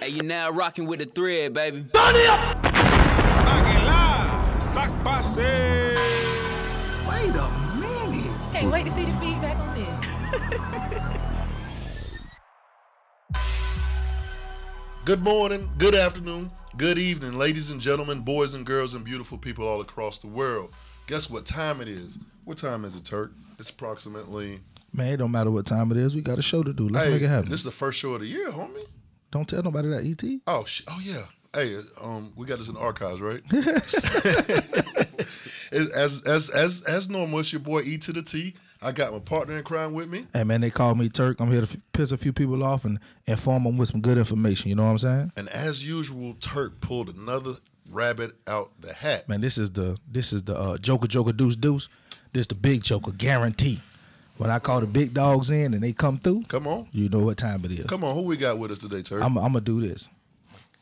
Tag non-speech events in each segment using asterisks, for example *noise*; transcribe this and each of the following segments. Hey, you now rocking with the thread, baby. Talking live, sock posse. Wait a minute. Can't wait to see the feedback on this. Good morning, good afternoon, good evening, ladies and gentlemen, boys and girls, and beautiful people all across the world. Guess what time it is? What time is it, Turk? It's approximately. Man, it don't matter what time it is. We got a show to do. Let's hey, make it happen. This is the first show of the year, homie. don't tell nobody that E ET. Oh, sh- oh yeah. Hey, um, we got this in the *laughs* archives, right? *laughs* as as as as normal, it's your boy E to the T. I got my partner in crime with me. Hey man, they call me Turk. I'm here to f- piss a few people off and inform them with some good information. You know what I'm saying? And as usual, Turk pulled another rabbit out the hat. Man, this is the this is the uh, Joker Joker Deuce Deuce. This the big Joker guarantee. When I call the big dogs in and they come through, Come on. you know what time it is. Come on, who we got with us today, Turk? I'm, I'm gonna do this.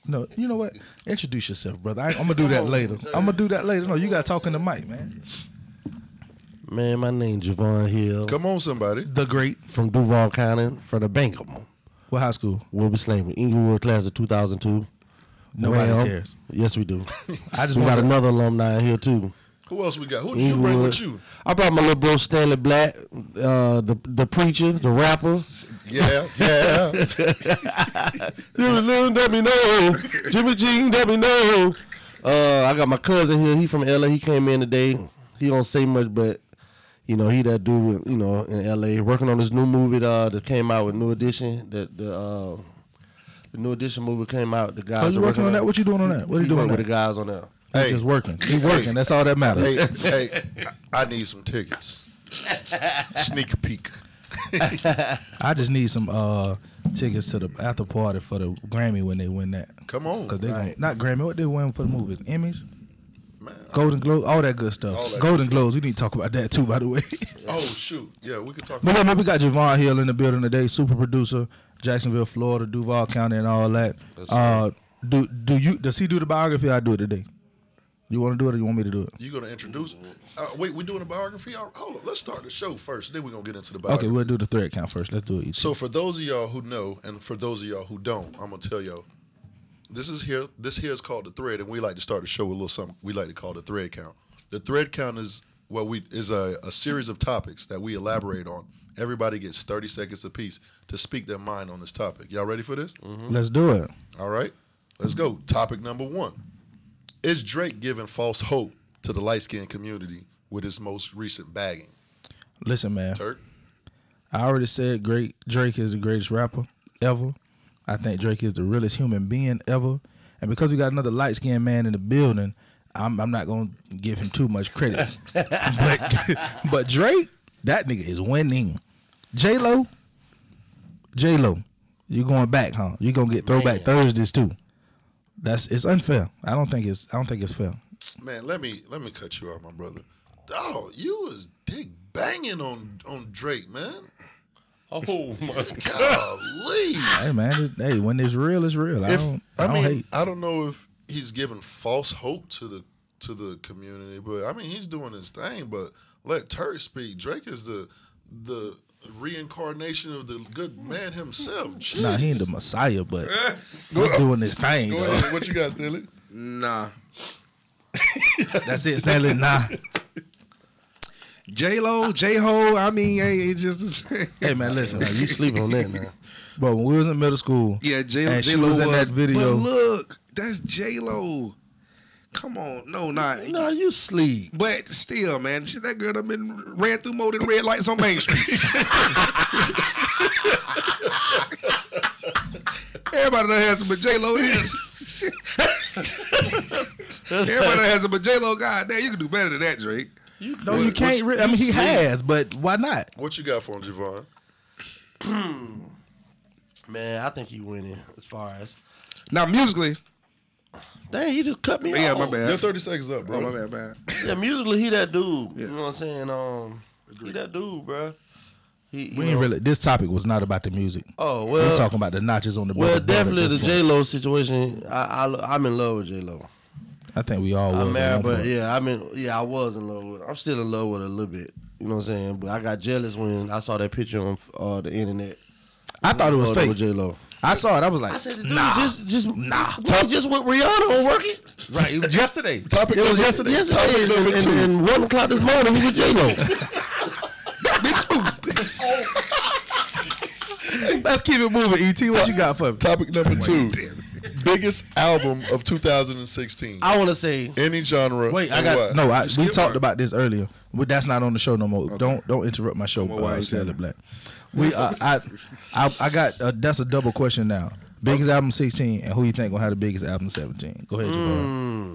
No, you know what? Introduce yourself, brother. I, I'm gonna do that later. I'm gonna do that later. No, you got talking to Mike, man. Man, my name Javon Hill Come on, somebody. The great. from Duval County for the Bankham. What high school? Wilbur Slavery, Inglewood class of 2002. Nobody Ram. cares. Yes, we do. I just we got want another alumni here too. Who else we got? Who did you bring with you? I brought my little bro Stanley Black, uh, the the preacher, the rapper. Yeah, yeah. Jimmy Lynn, let me know. Jimmy Jean, let me know. Uh, I got my cousin here. He from LA. He came in today. He don't say much, but you know he that dude. You know in LA working on this new movie uh, that came out with New Edition. That the uh, the New Edition movie came out. The guys. Oh, you are working on that? What you doing on that? What are you He doing working on with that? the guys on that? He's Hey. just working. He working. That's all that matters. hey, hey, I I need some tickets. Sneak peek. I just need some uh tickets to the after party for the Grammy when they win that. Come on. Cause they gonna, not Grammy. What they win for the movies? Emmys, Man, Golden Globes, all that good stuff. All that Golden Globes. We need to talk about that too, by the way. *laughs* oh shoot. Yeah, we could talk but about yeah, man, we got Javon Hill in the building today, super producer, Jacksonville, Florida, Duval County, and all that. Uh, do do you does he do the biography? I do it today. You want to do it or you want me to do it? you gonna introduce uh, wait, we doing a biography? All- Hold on, let's start the show first, then we're gonna get into the biography. Okay, we'll do the thread count first. Let's do it. each. So for those of y'all who know, and for those of y'all who don't, I'm gonna tell y'all. This is here. This here is called the thread, and we like to start the show with a little something we like to call the thread count. The thread count is what we is a, a series of topics that we elaborate on. Everybody gets 30 seconds apiece to speak their mind on this topic. Y'all ready for this? Let's do it. All right, let's go. Topic number one: Is Drake giving false hope to the light skinned community with his most recent bagging? Listen, man. Turk, I already said great Drake is the greatest rapper ever. I think Drake is the realest human being ever. And because we got another light skinned man in the building, I'm, I'm not gonna give him too much *laughs* credit. but but Drake, that nigga is winning. J Lo, J Lo, you going back, huh? You gonna get throwback Thursdays too. That's it's unfair. I don't think it's I don't think it's fair. Man, let me let me cut you off, my brother. Dog, you was dick banging on on Drake, man. Oh my! *laughs* Golly. Hey man, it, hey when it's real, it's real. I If- don't I, don't mean, hate. I don't know if he's giving false hope to the to the community, but I mean he's doing his thing. But let Turk speak. Drake is the the reincarnation of the good man himself. Jeez. Nah, he ain't the messiah, but he's doing this thing. Go though. ahead. What you got, Stanley? Nah. That's it, Stanley. Nah. J Lo, J Ho, I mean, hey, it's just the same. Hey man, listen, man, you You sleeping on that now? bro. When we was in middle school, Yeah, J Lo. and J she Lo was was in that But video. look, that's J Lo. Come on, no, not. No, you sleep. But still, man, shit, that girl done been ran through more than red lights on Main Street. *laughs* Everybody done has some, but J Lo is. *laughs* Everybody done has some, but J Lo. God damn, you can do better than that, Drake. No, you can't. Re- I mean, he has, but why not? What you got for him, Javon? Man, I think you winning as far as. Now musically, Dang, he just cut me off. yeah, my Your bad. thirty seconds up, Oh, bro. my bad, man. Yeah, musically he that dude. Yeah. You know what I'm saying? Um, he that dude, bro. He, you We ain't know. really. This topic was not about the music. Oh We're well, talking about the notches on the well, belt above definitely at the this J Lo situation. I, I am in love with J Lo. point. I think we all was. I'm at married, one but point. yeah, I mean, yeah, I was in love with. her. I'm still in love with her a little bit. You know what I'm saying? But I got jealous when I saw that picture on uh, the internet. I thought it was Photo fake. With J Lo. I saw it. I was like, I said, dude, nah, just, just, nah. we just with Rihanna on working. Right, it was yesterday. Topic *laughs* It was number- yesterday. Topic Yesterday, number and, two. and, and one o'clock this morning, he was J Lo. *laughs* *laughs* Let's keep it moving. Et, what you got for me? Topic number two. damn Biggest album of 2016. I want to say Any genre. Wait, I and got why. no. I, we skipped talked one. about this earlier, but that's not on the show no more. Don't don't interrupt my show. more wide Uh, Sally channel. Black. We uh, I, I I got uh, that's a double question now. Biggest album sixteen, and who you think gonna have the biggest album seventeen? Go ahead, Javon.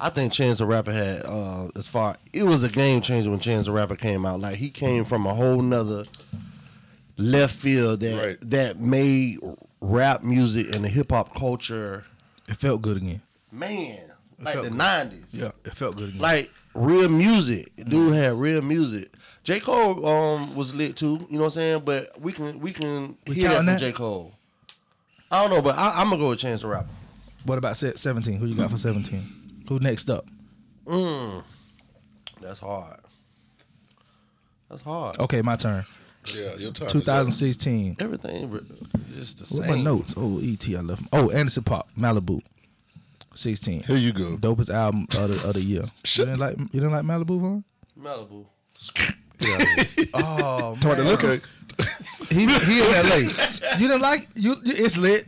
I think Chance the Rapper had uh, as far it was a game changer when Chance the Rapper came out. Like he came from a whole nother left field that Right. that made rap music and the hip hop culture It felt good again. man like felt the good. nineties. Yeah, it felt good again. Like real music. Dude had real music. J. Cole um was lit too, you know what I'm saying? But we can we can hear that from counting that? J. Cole. I don't know, but I, I'm gonna go with Chance the Rapper. what about se- seventeen? Who you got for seventeen? Who next up? That's hard. That's hard. Okay, my turn. Yeah, your time. is up. 2016. Everything re- just the What same. my notes? Oh, ET, I love him. Oh, Anderson Pop, Malibu, 16. Here you go. Dopest album of the, of the year. you didn't like you didn't like Malibu, Vaughn? Malibu. Oh, Hard to look at. he he in LA. You didn't like you, you- It's lit.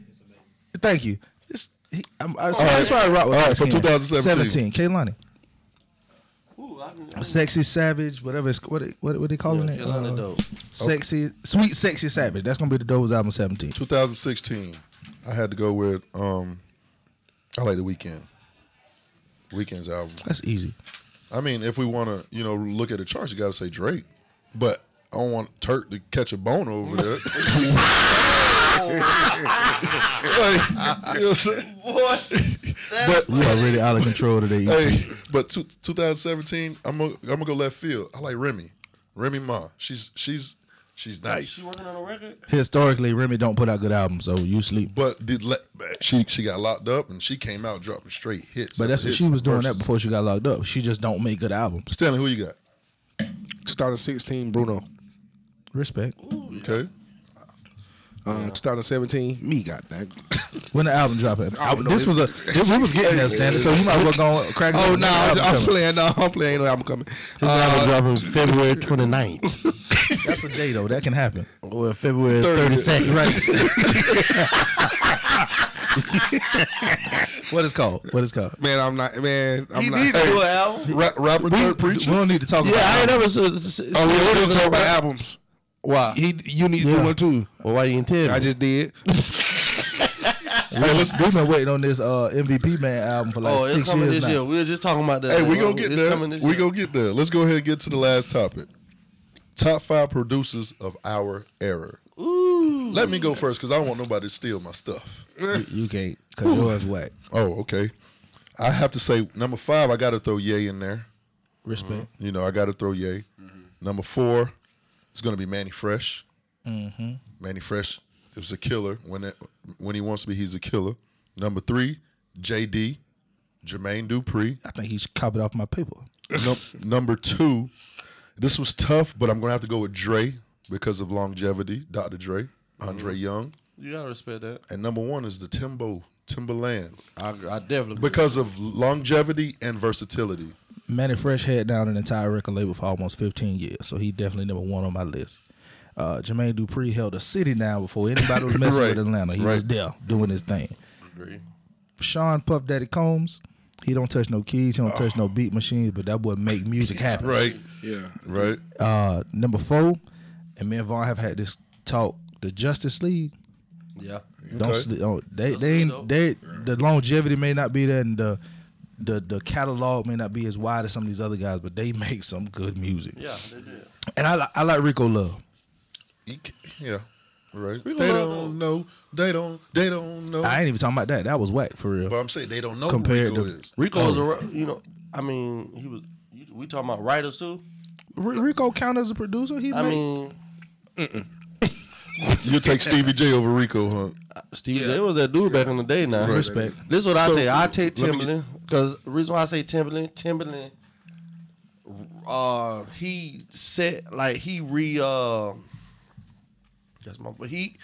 Thank you. It's, he, I'm, I, That's why I rock with All right, for 16. 17, 2017. Kaylani. Ooh, I can Sexy Savage, whatever it's what it, what, what they calling it? uh, Kaylani dope. Sexy, sweet, sexy Savage. That's gonna be the dopest album. Seventeen. 2016. I had to go with. um I like the weekend. Weekend's album. That's easy. I mean, if we want to, you know, look at the charts, you got to say Drake. But I don't want Turk to catch a bone *laughs* over there. *laughs* Like, you know what I'm saying? but You are really out of control today. ET. hey, but two, 2017, I'm gonna I'm gonna go left field. I like Remy, Remy Ma. She's she's she's nice. working on a record? Historically, Remy don't put out good albums, so you sleep. But did le- she she got locked up and she came out dropping straight hits. But that's what hits she was doing that verses. before she got locked up. She just don't make good albums. Stanley, who you got? 2016, Bruno. Respect. Okay, Uh, 2017, me got that. When the album dropping? I don't know. this was a we was getting that standard, so you might as well go crack. *laughs* Oh it. no, I'm, Album I'm coming. playing. No, I'm playing. No, I'm coming. Uh, His album dropping February 29th. That's a day though. That can happen. *laughs* or February 30th. 32nd. Right. *laughs* what is called? What is called? Man, I'm not. Man, I'm not. an album. Ra- rapper Turk We preacher. don't need to talk Yeah, about. I ain't albums. never. So, Oh, we didn't talk about albums. Why? He, you need to Yeah. do one too. Well, why you didn't tell me? I just did. Hey, listen, We've been waiting on this uh, MVP man album for like oh, six it's coming years this now. year. We were just talking about that. Hey, we Like, gonna oh, get it's there. coming this We year. gonna get there. Let's go ahead and get to the last topic. Top five producers of our era. Let me go first because I don't want nobody to steal my stuff. You can't, cause yours whack. Oh, okay. I have to say number five. I got to throw Ye in there. Respect. You know, I got to throw Ye. Number four, it's gonna be Manny Fresh. Manny Fresh is a killer. When it, when he wants to be, he's a killer. Number three, JD, Jermaine Dupri. I think he should cop it off my paper. Num- number two, this was tough, but I'm gonna have to go with Dre because of longevity. Dr. Dre, Andre Young, You gotta respect that. and number one is the Timbo Timberland I, I definitely. because of longevity and versatility. Manny Fresh had down an entire record label for almost 15 years, so he definitely number one on my list. Uh, Jermaine Dupri held a city down before anybody *laughs* was messing Right, with Atlanta. He was right. there doing his thing. agree. Sean Puff Daddy Combs, he don't touch no keys, he don't touch no beat machines, but that boy make music happen. *laughs* Right, Yeah. right. Uh, number four, and me and Vaughn have had this talk. The Justice League, Yeah. don't, Okay. sleep, don't they? They ain't they. The longevity may not be there, and the the the catalog may not be as wide as some of these other guys, but they make some good music. Yeah, they did. And I, li- I like Rico Love. E- Yeah, right. gonna They love don't know. They don't. They don't know. I ain't even talking about that. That was whack for real. but I'm saying they don't know Compared who Rico to- is. Rico was a, ri- you know, I mean, he was. you- We talking about writers too. R- Rico count as a producer. He I make- mean, You take Stevie J over Rico, huh? Steve, J was that dude back in the day. Now respect. This is what I So, take. I take let me get- Timberland because reason why I say Timberland, Timberland, uh, he said like he re uh That's my. But he,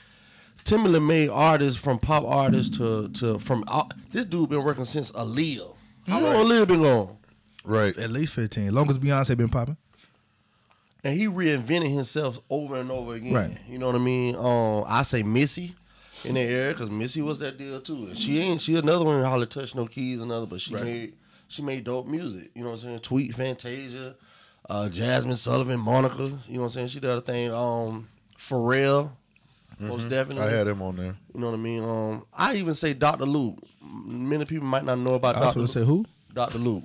Timberland made artists from pop artists to to from. out- This dude been working since Aaliyah. How long Aaliyah been gone? Right. At least fifteen. Long as Beyonce been popping. and he reinvented himself over and over again. Right. You know what I mean? Um, I say Missy in that era because Missy was that deal too. And she ain't she another one holler touch no keys another, but she made she made dope music. You know what I'm saying? Tweet Fantasia, uh, Jasmine Sullivan, Monica. You know what I'm saying? She did a thing. Um, Pharrell, most Mm-hmm. definitely. I had him on there. You know what I mean? Um, I even say Dr. Luke. Many people might not know about I was Dr. gonna Luke. say who? Dr. Luke.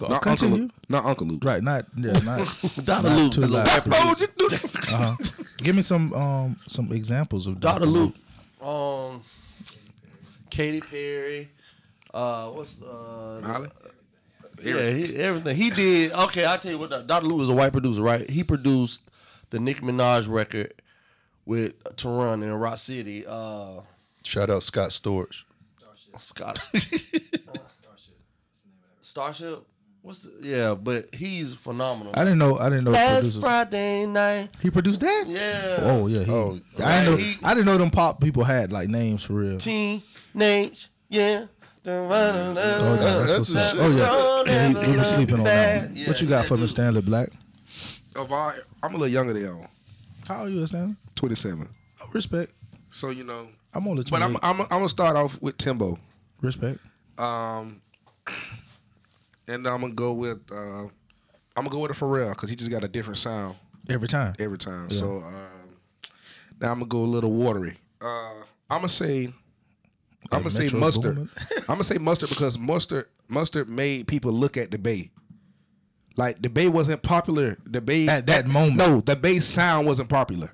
Not Uncle Continue. Luke. Not Uncle Luke. Right, not yeah, *laughs* not, Dr. not Luke too is a loud. rapper. Oh, you do- *laughs* Uh-huh. Give me some um some examples of Dr. Luke. Um, Katy Perry. Uh, what's uh? Molly. Yeah, he, everything he did. Okay, I'll tell you what. Dr. Luke is a white producer, right? He produced the Nicki Minaj record with Teron in Rock City. Uh, Shout out Scott Storch. *laughs* Scott. Starship. What's the, yeah? But he's phenomenal. I didn't know I didn't know Last producers. Friday night. He produced that? Yeah. Oh yeah. He, Oh, I didn't know right, he- I didn't know them pop people had like names for real. Teenage. Yeah. Oh, that's, that's what's the up. shit. Oh yeah. Don't We, we ever were sleeping on that. look one. back. what you Yeah, got for me, dude. Stanley Black? Of our, I'm a little younger than y'all. How old you, Stanley? 27. Oh, respect. So you know, I'm only but I'm 28. I'm I'm gonna start off with Timbo, Respect. um, and I'm gonna go with uh, I'm gonna go with a Pharrell because he just got a different sound Every time. every time. So um, now I'm gonna go a little watery. Uh, I'm gonna say I'm gonna say Metro mustard. Boomin? *laughs* I'm gonna say mustard because mustard mustard made people look at the bay. Like the bay wasn't popular. The bay At that moment. No, the bay sound wasn't popular.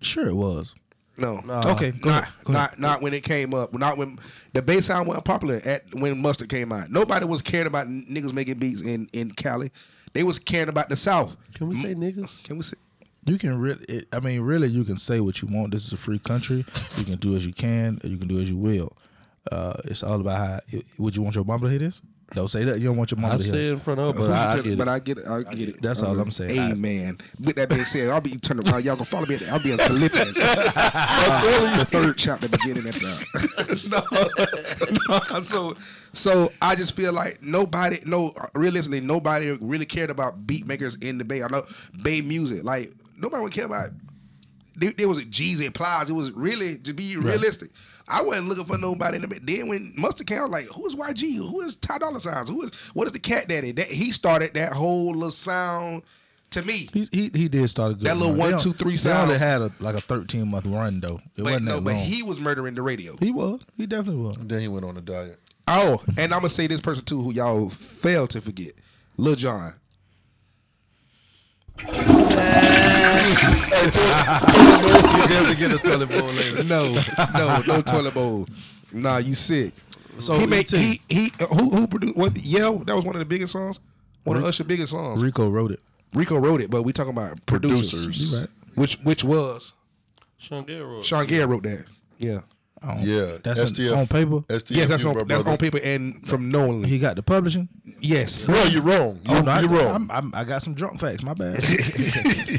Sure it was. No. okay, go not, ahead, go not, ahead. not when it came up. Not when the bass sound wasn't popular at when Mustard came out. Nobody was caring about n- niggas making beats in, in Cali. They was caring about the South. Can we say niggas? Can we say You can really, it, I mean, really, you can say what you want. This is a free country. You can do as you can, and you can do as you will. Uh, it's all about how. i- Would you want your mama to hear this? Don't say that. You don't want your mama I to hear. said it. in front of, her, but I, I get but it. I get it. I get, it. That's all I'm saying. I- Amen. With that being said, I'll be turning around. Y'all gonna follow me. at- I'll be in *laughs* Philippians. I'm telling you, the third chapter beginning at that. *laughs* no, no. So, so I just feel like nobody, no, realistically, nobody really cared about beat makers in the Bay. I know Bay music. Like nobody would care about. There, there was a Jeezy and Plies. It was really to be realistic. I wasn't looking for nobody in the Bay. Then when Mustard came, I was like, "Who is YG? Who is Ty Dolla Signs? Who is what is the Cat Daddy?" That he started that whole little sound to me. He, he he did start a good. That little run. one, They on- two, three They only sound. had a, like a 13 month run though. It But wasn't no, that but long. he was murdering the radio. he was. He definitely was. Then he went on *laughs* a diet. Oh, and I'm gonna say this person too, who y'all fail to forget, Lil Jon. You definitely get a toilet bowl *laughs* later. No, no, no toilet bowl. Nah, you sick. So he make ET. he he uh, who who produced what? Yell. That was one of the biggest songs. One of Usher's biggest songs. Rico wrote it. Rico wrote it, but we talking about producers, Producers. You right. which which was Sean Gilroy. Sean Gare wrote that. Yeah, I don't- *laughs* Yeah. That's in- STF. on paper. STF. yes, that's you on were that's on brother. paper and from knowingly. He got the publishing. yes, Bro, you're wrong. You, Oh, no, I- you're wrong. I'm, I'm, I got some drunk facts. *laughs* My bad.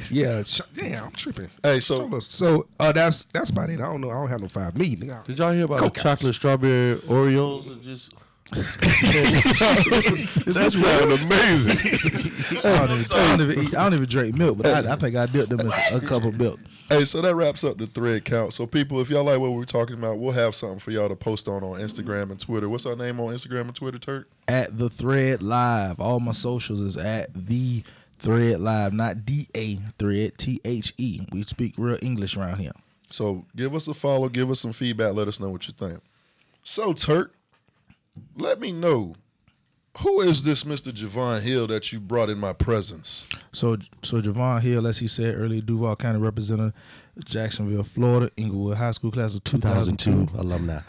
yeah. Sh- Damn, I'm tripping. Hey, so- Told us. so uh, that's that's about it. I don't know. I don't have no five me. nigga. Did y'all hear about Coke the chocolate strawberry Oreos? Or just That's sound amazing. *laughs* I, don't even, I, don't even eat, I don't even drink milk, but I, I think I dipped them in a cup of milk. Hey, so that wraps up the thread count. So, people, if y'all like what we were talking about, we'll have something for y'all to post on on Instagram and Twitter. What's our name on Instagram and Twitter, Turk? At the thread live, all my socials is at the thread live, not D A thread T H E. We speak real English around here. So, give us a follow, give us some feedback, let us know what you think. So, Turk, let me know who is this Mr. Javon Hill that you brought in my presence? So, so Javon Hill, as he said earlier, Duval County Representative, Jacksonville, Florida, Inglewood High School class of 2002. *laughs* alumni.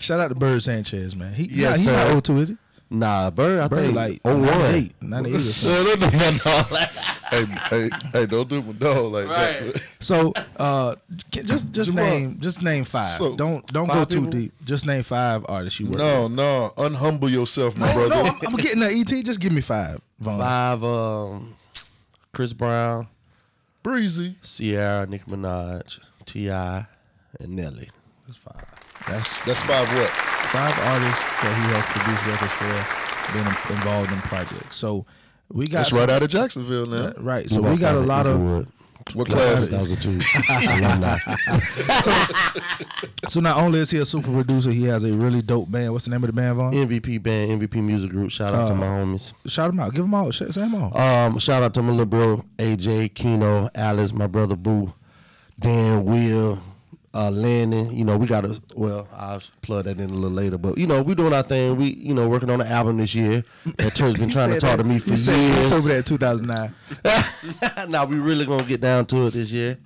Shout out to Bird Sanchez, man. He, Yes, he not sir. old too, is he? nah, Bird. I Bird think like oh one. 98, *laughs* 98 or something. hey, hey, hey, don't do my dog like that. So uh, can- just just Jamal. name just name five. So, don't don't go five too people? deep. Just name five artists you work. *laughs* No, no, unhumble yourself, my with. brother. no, I'm, E I'm getting an ET. Just give me five. Vaughn. Five. Um, Chris Brown. Breezy. Sierra, Nicki Minaj, T.I., and Nelly. That's five. That's That's five what? five artists that he has produced records for, been in- involved in projects. So we got That's some- right out of Jacksonville now. right. So we got a lot of What class? That was a two. so not only is he a super producer, he has a really dope band. What's the name of the band, Vaughn? MVP band, MVP music group. Shout Uh, out to my homies. Shout him out. Give him all. Say him all. Um, shout out to my little bro AJ, Keno, Alice, my brother Boo, Dan, Will, uh, Landon. You know, we got to. Well, I'll plug that in a little later, but you know, we doing our thing. We you know working on an album this year. *laughs* That Terry's been trying to talk to me for he years. said that- He told *laughs* me that in 2009. *laughs* now we really gonna get down to it this year.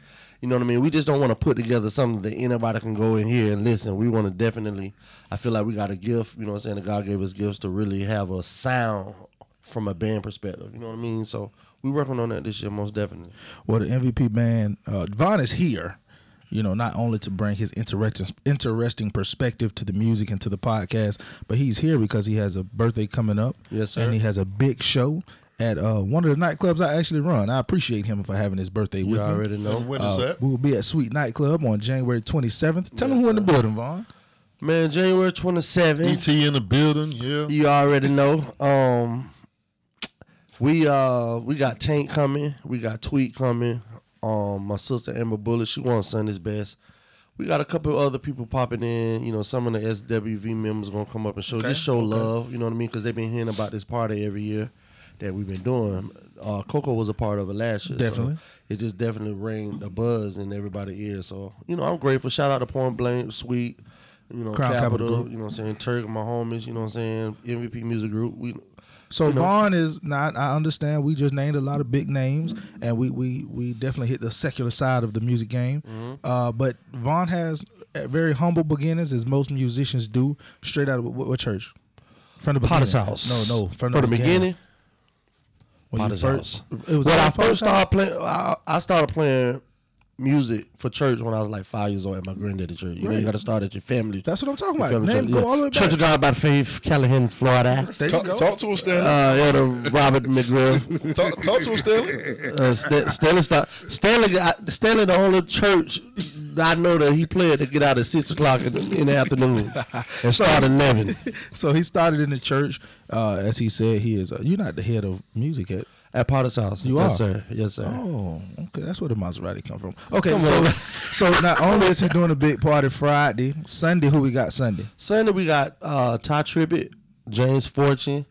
You know what I mean? We just don't want to put together something that anybody can go in here and listen. We want to definitely. I feel like we got a gift. You know what I'm saying? That God gave us gifts to really have a sound from a band perspective. You know what I mean? So we working on that this year, most definitely. Well, the MVP band, uh, Vaughn is here. You know, not only to bring his interesting, interesting perspective to the music and to the podcast, but he's here because he has a birthday coming up. Yes, sir. And he has a big show at uh, one of the nightclubs I actually run. I appreciate him for having his birthday You with me. already know, And when Uh, is that? We will be at Sweet Nightclub on January 27th. Tell Yes, them who in the sir. building, Vaughn. man. January 27th. ET E in the building. E Yeah. You already know. Um, we uh we got Tank coming. We got Tweet coming. Um, my sister Amber Bullet, she won Sunday's best. We got a couple other people popping in. You know, some of the SWV members gonna come up and show just show love. You know what I mean? Because they've been hearing about this party every year that we've been doing. Uh, Coco was a part of it last year. so Definitely. it just definitely rained a buzz in everybody's ears. So you know, I'm grateful. Shout out to Point Blank, Sweet. You know, Crown Capital Capital. Group. You know what I'm saying? Turk, my homies, you know what I'm saying? MVP Music Group. We So you know, Vaughn is not. I understand. We just named a lot of big names, and we we we definitely hit the secular side of the music game. Mm-hmm. Uh, but Vaughn has uh, very humble beginnings, as most musicians do. Straight out of what, what church? From the Potter's beginning. House. No, no. From For the beginning. When you Potter's first, House. It was when I at first Potter's House? started playing, I, I started playing music for church when I was like five years old at my granddaddy's church. You know, Right. you got to start at your family. That's what I'm talking your about. family Name- church, go all the way Church back. of God by Faith, Callahan, Florida. There you Talk, go. talk to us, Stanley. Uh, Elder Robert McGrill. talk, talk to *laughs* us, Stanley. Uh, Stan- Stanley, start, Stanley, got- Stanley, the only church I know that he played to get out at 6 o'clock in the, in the *laughs* afternoon and start at 11. *laughs* so he started in the church. Uh, as he said, he is. Uh, you're not the head of music at. At Potter's house. You yes, are? sir. Yes, sir. Oh, okay. That's where the Maserati come from. Okay, *laughs* so so not only is he doing a big party Friday, Sunday. Who we got Sunday? Sunday we got uh, Ty Tribbett, James Fortune,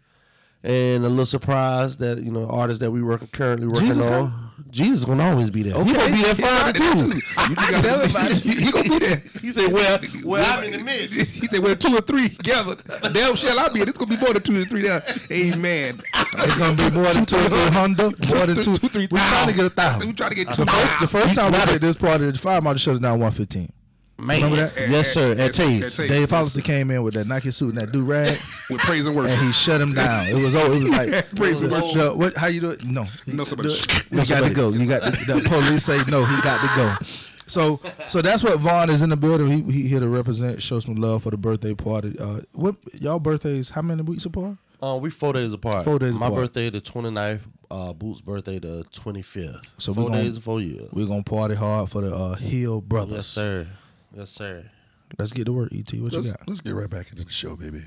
and a little surprise that you know artists that we work currently working Jesus on. Jesus gonna always be there. He gonna be there Friday too. You just *laughs* got *laughs* everybody. He gonna be there. He said, "Well, well, I'm in the midst." *laughs* He said, "Well, two or three together. Damn, shall I be? This gonna be more than two or three there. Amen. It's gonna be more than two three hundred, more than two. two, three. We're trying to get a thousand. We trying to get two. The first, the first time we did this party, the fire marshal shut us down one fifteen. Man, that? yes, sir. At Taste. Taste. Dave Foster came in with that Nike suit and that do rag, *laughs* with praise and and worship. he shut him down. It was over. It was *laughs* like Praise the Lord. "Yo, What? How you do it? No, No, somebody. *laughs* you got to go. You got to, the police say no. He got to go. So, so that's what Vaughn is in the building. He, he here to represent, show some love for the birthday party. Uh, what y'all birthdays? How many weeks apart? Uh, we four days apart. Four days My apart. birthday the 29th. Uh, Boots' birthday the 25th. So we four gonna- days, four years. We're gonna party hard for the uh, Hill brothers. Yes, sir. Yes, sir. Let's get to work, Et. What you Let's, got? let's get right back into the show, baby.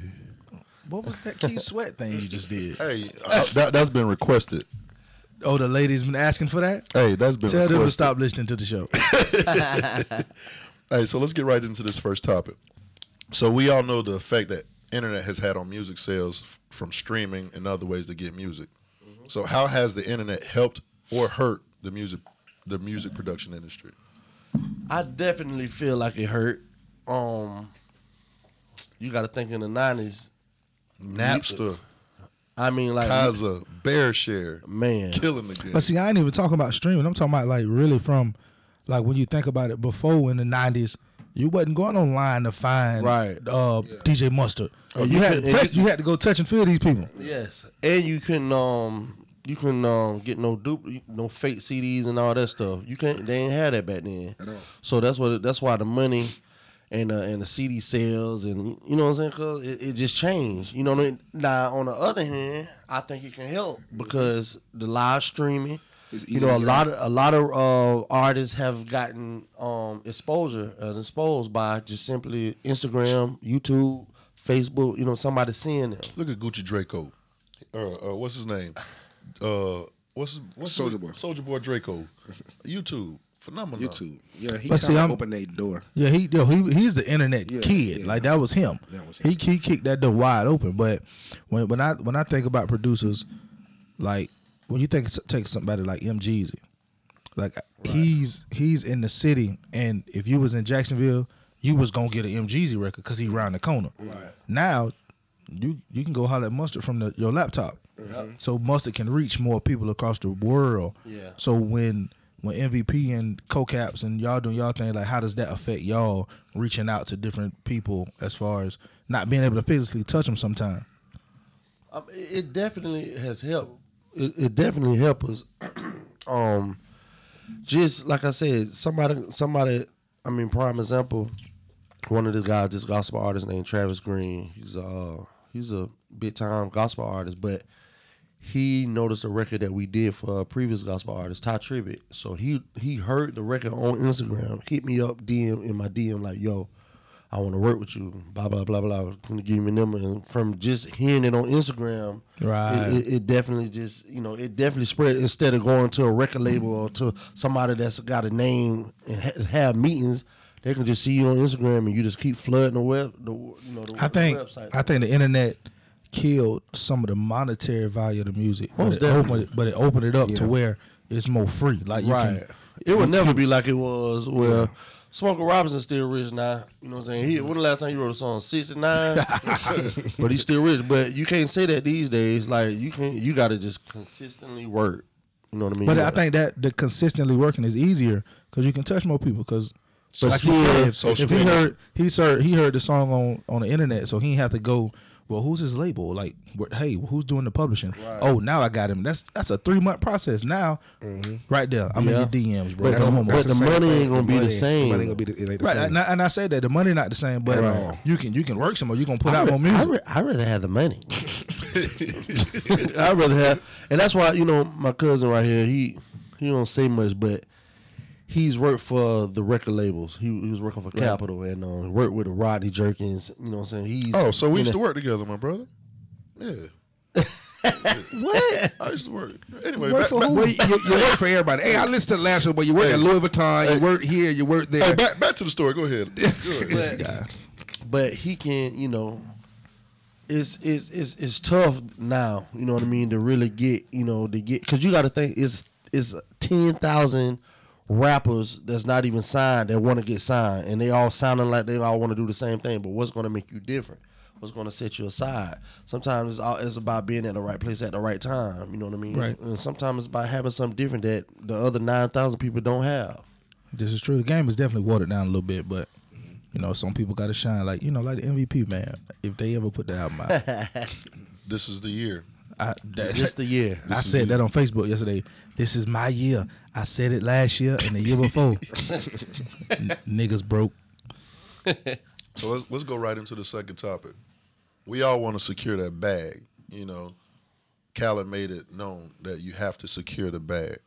What was that Q sweat thing you just did? Hey, uh, that, that's been requested. Oh, the ladies been asking for that. Hey, that's been Tell them to requested. stop listening to the show. Hey, so let's get right into this first topic. So we all know the effect that internet has had on music sales f- from streaming and other ways to get music. So how has the internet helped or hurt the music the music production industry? I definitely feel like it hurt. Um, you got to think in the 90s. Napster, I mean, like Kaiser, Bear Share, man, killing the game. But see, I ain't even talking about streaming. I'm talking about like really from, like when you think about it, before in the '90s, you wasn't going online to find Right. uh, DJ Mustard. you, you had could- to and touch, you had to go touch and feel these people. Yes, and you can um you can um get no dupe no fake CDs and all that stuff. You can't they ain't had that back then. So that's what that's why the money and uh, and the CD sales and you know what I'm saying? Cause it, it just changed. You know what I mean? Now on the other hand, I think it can help because the live streaming. It's you easy know, a to get lot of a lot of uh, artists have gotten um, exposure and exposed by just simply Instagram, YouTube, Facebook. You know, somebody seeing them. Look at Gucci Draco. Uh, uh, what's his name? Uh, what's his- what's Soulja Boy. Soldier Boy Draco. YouTube, phenomenal. YouTube. Yeah, he But see, kind of I'm- opened that door. Yeah, he yo, he he's the internet Yeah, kid. yeah. Like that was him. That was He he kicked that door wide open. But when when I when I think about producers, like when you think take somebody like MGZ, like he's he's in the city, and if you was in Jacksonville, you was gonna get an MGZ record because he round the corner. Right. Now, you you can go holler at Mustard from the, your laptop, so Mustard can reach more people across the world. Yeah. So when when MVP and co-caps and y'all doing y'all thing, like how does that affect y'all reaching out to different people as far as not being able to physically touch them sometime? Um, it it definitely has helped. It, it definitely helped us. *clears throat* um, just like I said, somebody, somebody. I mean, prime example. One of the guys, this gospel artist named Travis Green. He's a uh, he's a big time gospel artist, but he noticed a record that we did for a previous gospel artist, Ty Tribbett. So he he heard the record on Instagram, hit me up DM in my DM like, yo, I want to work with you, blah blah blah blah. Can you give me a number? And from just hearing it on Instagram, Right. it, it, it definitely just you know it definitely spread instead of going to a record label or to somebody that's got a name and ha- have meetings. They can just see you on Instagram and you just keep flooding the web, the you know the, I think the website. I think the internet killed some of the monetary value of the music, but Most it, opened it, but it opened it up to where it's more free. Like you Right. can, It would never be like it was where Smoker Robinson still rich now. You know what I'm saying? He, when the last time you wrote a song? 69? but he's still rich. But you can't say that these days. Like you can you gotta just consistently work. You know what I mean? but You I gotta- think that the consistently working is easier because you can touch more people. Because So like you still- said, so if still- he heard he heard he heard the song on on the internet, so he ain't have to go. Well, who's his label? Like, wh- hey, who's doing the publishing? Oh, now I got him. That's that's a three month process. Now, right there, I'm Mm-hmm. Yeah. in your DMs, bro. But That's the- homework. but the same money ain't thing. gonna be the money- same. money ain't gonna be the, it ain't the Right, same. and I, and I said that the money not the same, but Right. you can you can work some more. You gonna put I out re- more music. I, re- I rather have the money. *laughs* I rather have, and that's why you know my cousin right here. He he don't say much, but he's worked for the record labels. He, he was working for Capitol and uh, worked with the Rodney Jerkins. You know what I'm saying? He's Oh, so we you used to know- work together, my brother. Yeah, What? I used to work. Anyway, Work back, for back- who? Well, you, you work for everybody. Hey, I listened to the last show, but you work at Louis Vuitton, you work here, you work there. hey, back, back to the story. Go ahead. *laughs* Go ahead. but he can, you know, it's it's it's it's tough now. You know what I mean to really get, you know, to get because you got to think it's it's ten thousand rappers that's not even signed that want to get signed, and they all sounding like they all want to do the same thing. But what's going to make you different? What's going to set you aside? Sometimes it's all it's about being at the right place at the right time. You know what I mean? Right. And sometimes it's about having something different that the other nine thousand people don't have. This is true. The game is definitely watered down a little bit, but you know, some people got to shine. Like you know, like the MVP man. If they ever put the album out, *laughs* This is the year. I, that, *laughs* Just the year. I said that on Facebook yesterday. This is my year. I said it last year and the year *laughs* before. N- niggas broke. So let's let's go right into the second topic. We all want to secure that bag. You know, Khaled made it known that you have to secure the bag.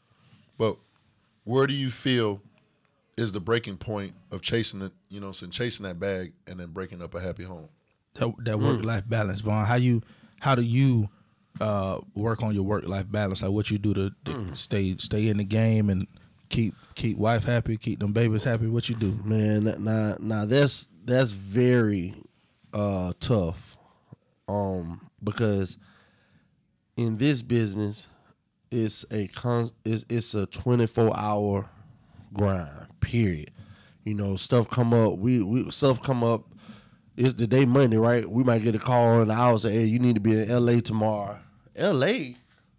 But where do you feel is the breaking point of chasing it? You know, what I'm saying chasing that bag and then breaking up a happy home. That, Mm. that work life balance, Vaughn. How you? How do you uh, work on your work life balance? Like what you do to, to Mm. stay stay in the game and keep keep wife happy, keep them babies happy. What you do? man that- nah nah that's that's very uh tough um because in this business it's a con it's, it's a 24 hour grind period you know stuff come up we we stuff come up it's the day monday right we might get a call in the hour say hey you need to be in la tomorrow la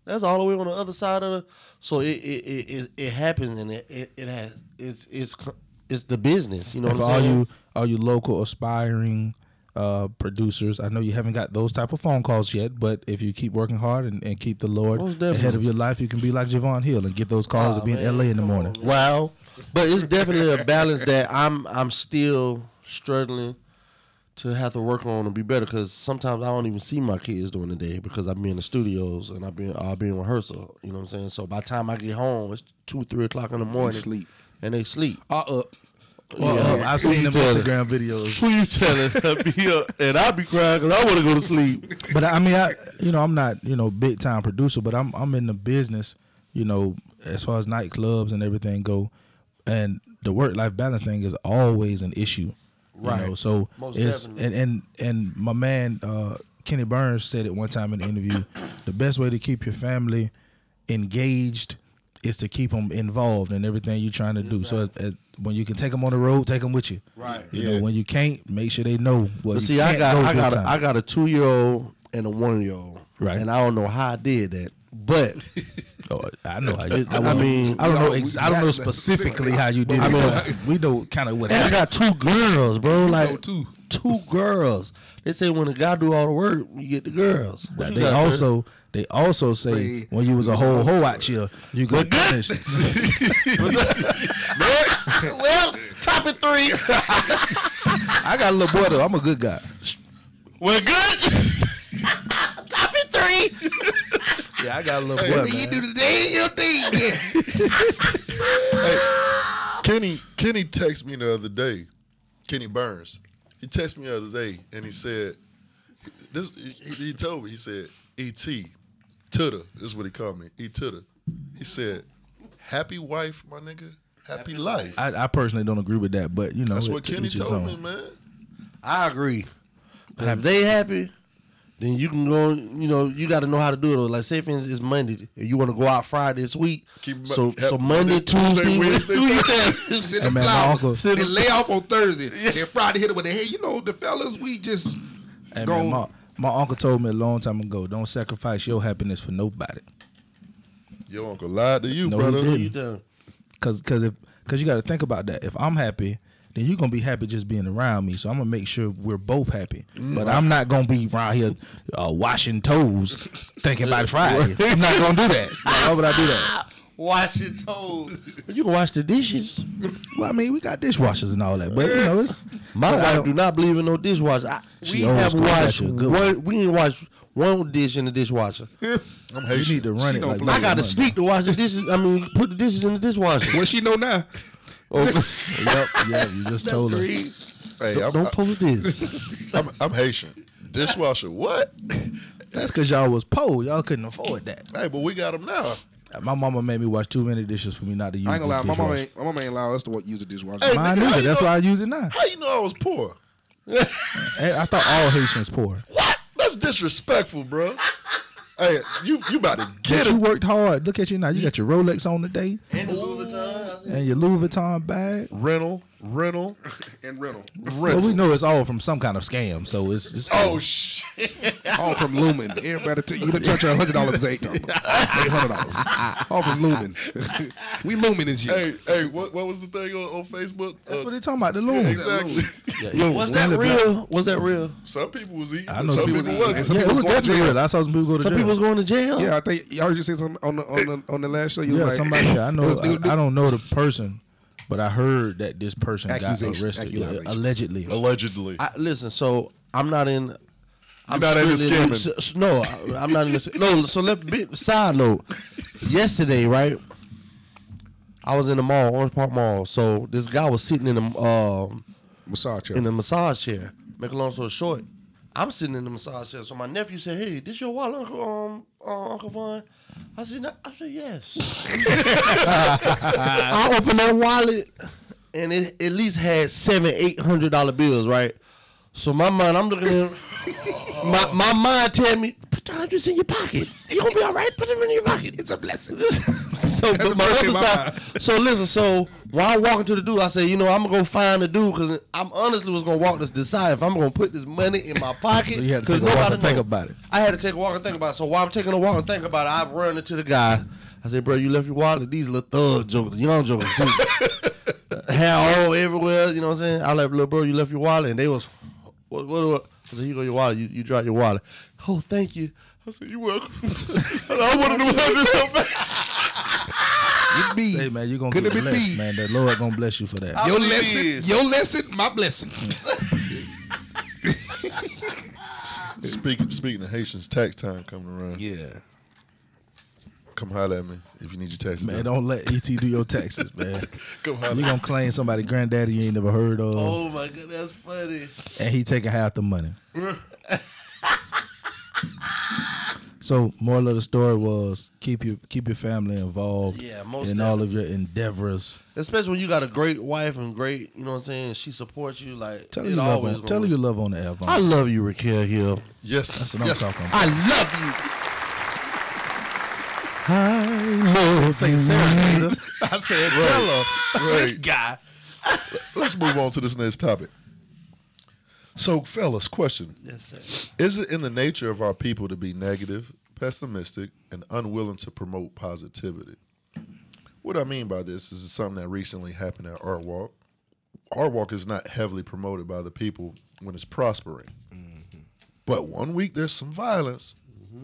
that's all the way on the other side of the so it it it, it, it happens and it, it it has it's it's co- it's the business you know And what for i'm all saying you all you local aspiring uh, producers, I know you haven't got those type of phone calls yet, but if you keep working hard and, and keep the Lord Most definitely. Ah, ahead of your life, you can be like Javon Hill and get those calls to be in LA in the morning. Wow. But it's definitely a balance that I'm I'm still struggling to have to work on and be better because sometimes I don't even see my kids during the day because I be in the studios and I be I'll be in rehearsal. You know what I'm saying? So by the time I get home, it's two three o'clock in the morning. sleep. and they sleep. Or up. Well, Yeah. uh, Uh-uh. I've seen them *laughs* Yeah. Instagram videos, *laughs* Who you telling? I be up and I be crying because I want to go to sleep. but I mean, I you know I'm not you know big time producer, but I'm I'm in the business, you know, as far as nightclubs and everything go, and the work life balance thing is always an issue, right? You know? So Most it's and, definitely. and and my man uh, Kenny Burns said it one time in an interview, the best way to keep your family engaged is to keep them involved in everything you're trying to do. So as, as, when you can take them on the road, take them with you. Right. You know, when you can't, make sure they know what. But you see, I can't got go I this got a, time. I got a two year old and a one year old. Right. And I don't know how I did that, but *laughs* Oh, I know how you. It- I, I wouldn't- mean, I don't know. we- Ex- I don't know we- specifically how you did I it. mean, but we know kind of *laughs* what and I happened. got two girls, bro. Like two. two girls. They say when the guy do all the work, you get the *laughs* girls. What you They got, girl? also they also say Say, when you was a whole hoe out here, you got punished. well, top of three. I got a little boy though. I'm a good guy. We're good. top of *laughs* three. Yeah, I got a little boy. man. do the thing, you thing. Kenny Kenny texted me the other day. Kenny Burns. He texted me the other day and he said, "This." He, he told me he said, "Et Tutter." This is what he called me. E Tutter. He said, "Happy wife, my nigga. Happy, life." I, I personally don't agree with that, but you know, That's it- what to Kenny each his told own. me, man. I agree. If they happy, then you can go. You know, you got to know how to do it. Like, say for instance, it's Monday, and you want to go out Friday this week. Keep so, Mon- so Monday, Tuesday, Wednesday, Send *laughs* *laughs* Thursday. the man, my flowers. uncle- Send and lay off on Thursday. And Friday hit it with a hey, you "Oh, know the fellas, we just Hey, go. man, my, my uncle told me a long time ago, don't sacrifice your happiness for nobody. Your uncle lied to you, No, he brother. didn't. you done? Cause, cause if, cause you got to think about that. If I'm happy, then you're gonna be happy just being around me. So I'm gonna make sure we're both happy. Mm. But I'm not gonna be around here uh, washing toes, thinking *laughs* about Friday. I'm not gonna do that. Like, why would I do that? Wash your toes. You can wash the dishes. Well, I mean, we got dishwashers and all that, but you know, it's My but I wife don't- do not believe in no dishwasher. I, we She old have school, got washed you a one. good We ain't washed one dish in the dishwasher. *laughs* I'm You Haitian. need to run it. Like I got to to sneak to wash the dishes. I mean, put the dishes in *laughs* the dishwasher. What she know now? Yep, yep. You just told her. Hey, I'm, Don't post this. I'm, I'm, I'm Haitian. Dishwasher, what? *laughs* That's cause y'all was poor. Y'all couldn't afford that. hey, but we got them now. My mama made me wash too many dishes for me not to use. I ain't gonna lie, the my mama dishwasher. ain't my mama ain't allow us to wa- use the dishwasher. Hey, Mine nigga, how neither. you That's know- why I use it now. How you know I was poor? Hey, I thought all Haitians poor. What? That's disrespectful, bro. hey, you you about to get But you it. worked hard. Look at you now. You got your Rolex on today. And your Louis Vuitton bag. Rental, rental, and rental. But we rental. know it's all from some kind of scam. So it's, it's Oh shit! All from Lumen. Everybody tell you you done touch a hundred dollars today. Eight hundred dollars. All from Lumen. we Lumen is you. hey, hey, what what was the thing on, on Facebook? that's Uh, what they talking about. The yeah, loom. exactly. Was that real? Was that real? *laughs* Some people was eating. I know some some people people was eating. wasn't. Some Yeah, it people was was going to definitely jail. real. I saw some people go to Some jail. people was going to jail. Yeah, I think y'all heard you say something on the on the on the last show. You yeah, was like, *laughs* somebody. I know. It was- it was- I, I don't know the person, but I heard that this person got Accusation, arrested yeah, accusation. allegedly. Oh, Allegedly, I, listen, so I'm not in. I'm not into strictly in- scamming. s- No, I, am not in. the- No, so let me side note. Yesterday, right? I was in the mall, Orange Park Mall. So this guy was sitting in the um massage chair. in the massage chair. Make a long story short, I'm sitting in the massage chair. So my nephew said, "Hey, this your wallet, Uncle um, uh, Uncle Vaughn?" I said, no. "I said yes." I opened that wallet, and it at least had seven, eight hundred dollar bills, right? So my mind, I'm looking at him. my my mind tell me, put the hundreds in your pocket. You gonna be all right. Put them in your pocket. It's a blessing. *laughs* so but my blessing, other my side, so listen. So while I'm walking to the dude, I say, you know, I'm gonna go find the dude because I'm honestly was gonna walk this decide if I'm gonna put this money in my pocket. So *laughs* you had to 'cause take a walk nobody and think know. about it. I had to take a walk and think about it. So while I'm taking a walk and think about it, I run into the guy. I said, bro, you left your wallet. These little thug jokers, young jokers, too. hair all everywhere. You know what I'm saying? I like little bro, you left your wallet, and they was, what, what, what? I said, here go your wallet. You, you dropped your wallet. Oh, thank you. I said, you welcome. *laughs* And I wanted to have this so bad. *laughs* It's me. Hey man, you're gonna Could get it be blessed, me? man. The Lord gonna bless you for that. Your believe it lesson, is. your lesson, my blessing. Speaking speaking of Haitians, tax time coming around. Yeah. Come holler at me if you need your taxes. Man, done. don't let ET do your taxes, man. You Come holler. gonna claim somebody granddaddy you ain't never heard of, Oh my god, that's funny. and he taking half the money. so, moral of the story was keep your keep your family involved Yeah, most in all of your endeavors. Especially when you got a great wife and great, you know what I'm saying. She supports you like Tell it her you love always. on, tell her you love on the album. I love you, Raquel Hill. Yes. That's what I'm yes. talking about. I love Say Sarah. I said, right. This guy. Let's move on to this next topic. So, fellas, question. you. Yes, sir. Is it in the nature of our people to be negative, pessimistic, and unwilling to promote positivity? What I mean by this is something that recently happened at Art Walk. Art Walk is not heavily promoted by the people when it's prospering. But one week there's some violence.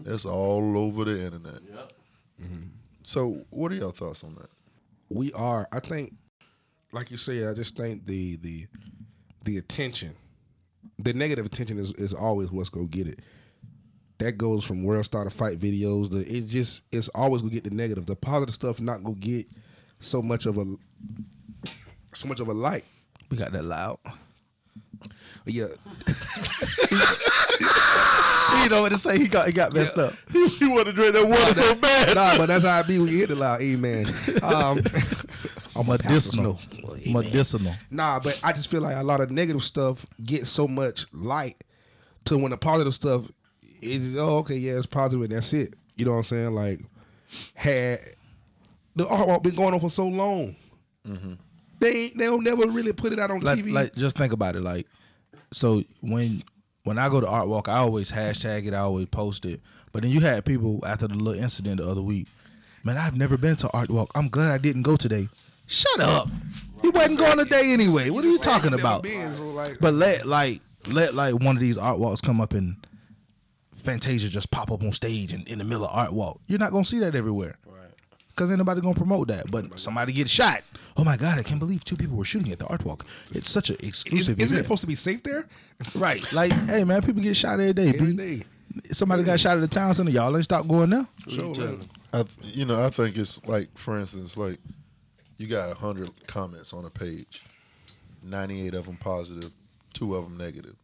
That's all over the internet. Mm-hmm. So, what are your thoughts on that? we are. I think, like you said, I just think the the the attention, the negative attention is, is always what's gonna get it. That goes from world star to fight videos. The it's just it's always gonna get the negative. The positive stuff not gonna get so much of a so much of a like. we got that loud. But yeah, *laughs* You know what to say? He got he got messed *laughs* up. You want to drink that water so bad? nah, but that's how it be when you hit the loud. *laughs* Amen. Um, *laughs* I'm a pastor, Medicinal, so- medicinal. Nah, but I just feel like a lot of negative stuff gets so much light to when the positive stuff is oh okay yeah it's positive and that's it. You know what I'm saying? Like had the art walk been going on for so long, they ain't, they'll never really put it out on like, TV. like just think about it. Like, so when when I go to Art Walk, I always hashtag it. I always post it. But then you had people after the little incident the other week. Man, I've never been to Art Walk. I'm glad I didn't go today. Shut up. You wasn't going today anyway. What are you talking never about? been, so, like- But let like let like one of these art walks come up and Fantasia just pop up on stage and in the middle of art walk. You're not gonna see that everywhere. Right. Cause ain't nobody gonna promote that. But somebody gets shot. Oh my god, I can't believe two people were shooting at the art walk. It's such an is, exclusive isn't it event. supposed to be safe there? right. Like, hey man, people get shot every day. Every B. day. Somebody got shot at the town center. Y'all ain't stop going there. Sure. I, th- you know, I think it's like, for instance, like you got hundred comments on a page, ninety-eight of them positive, two of them negative.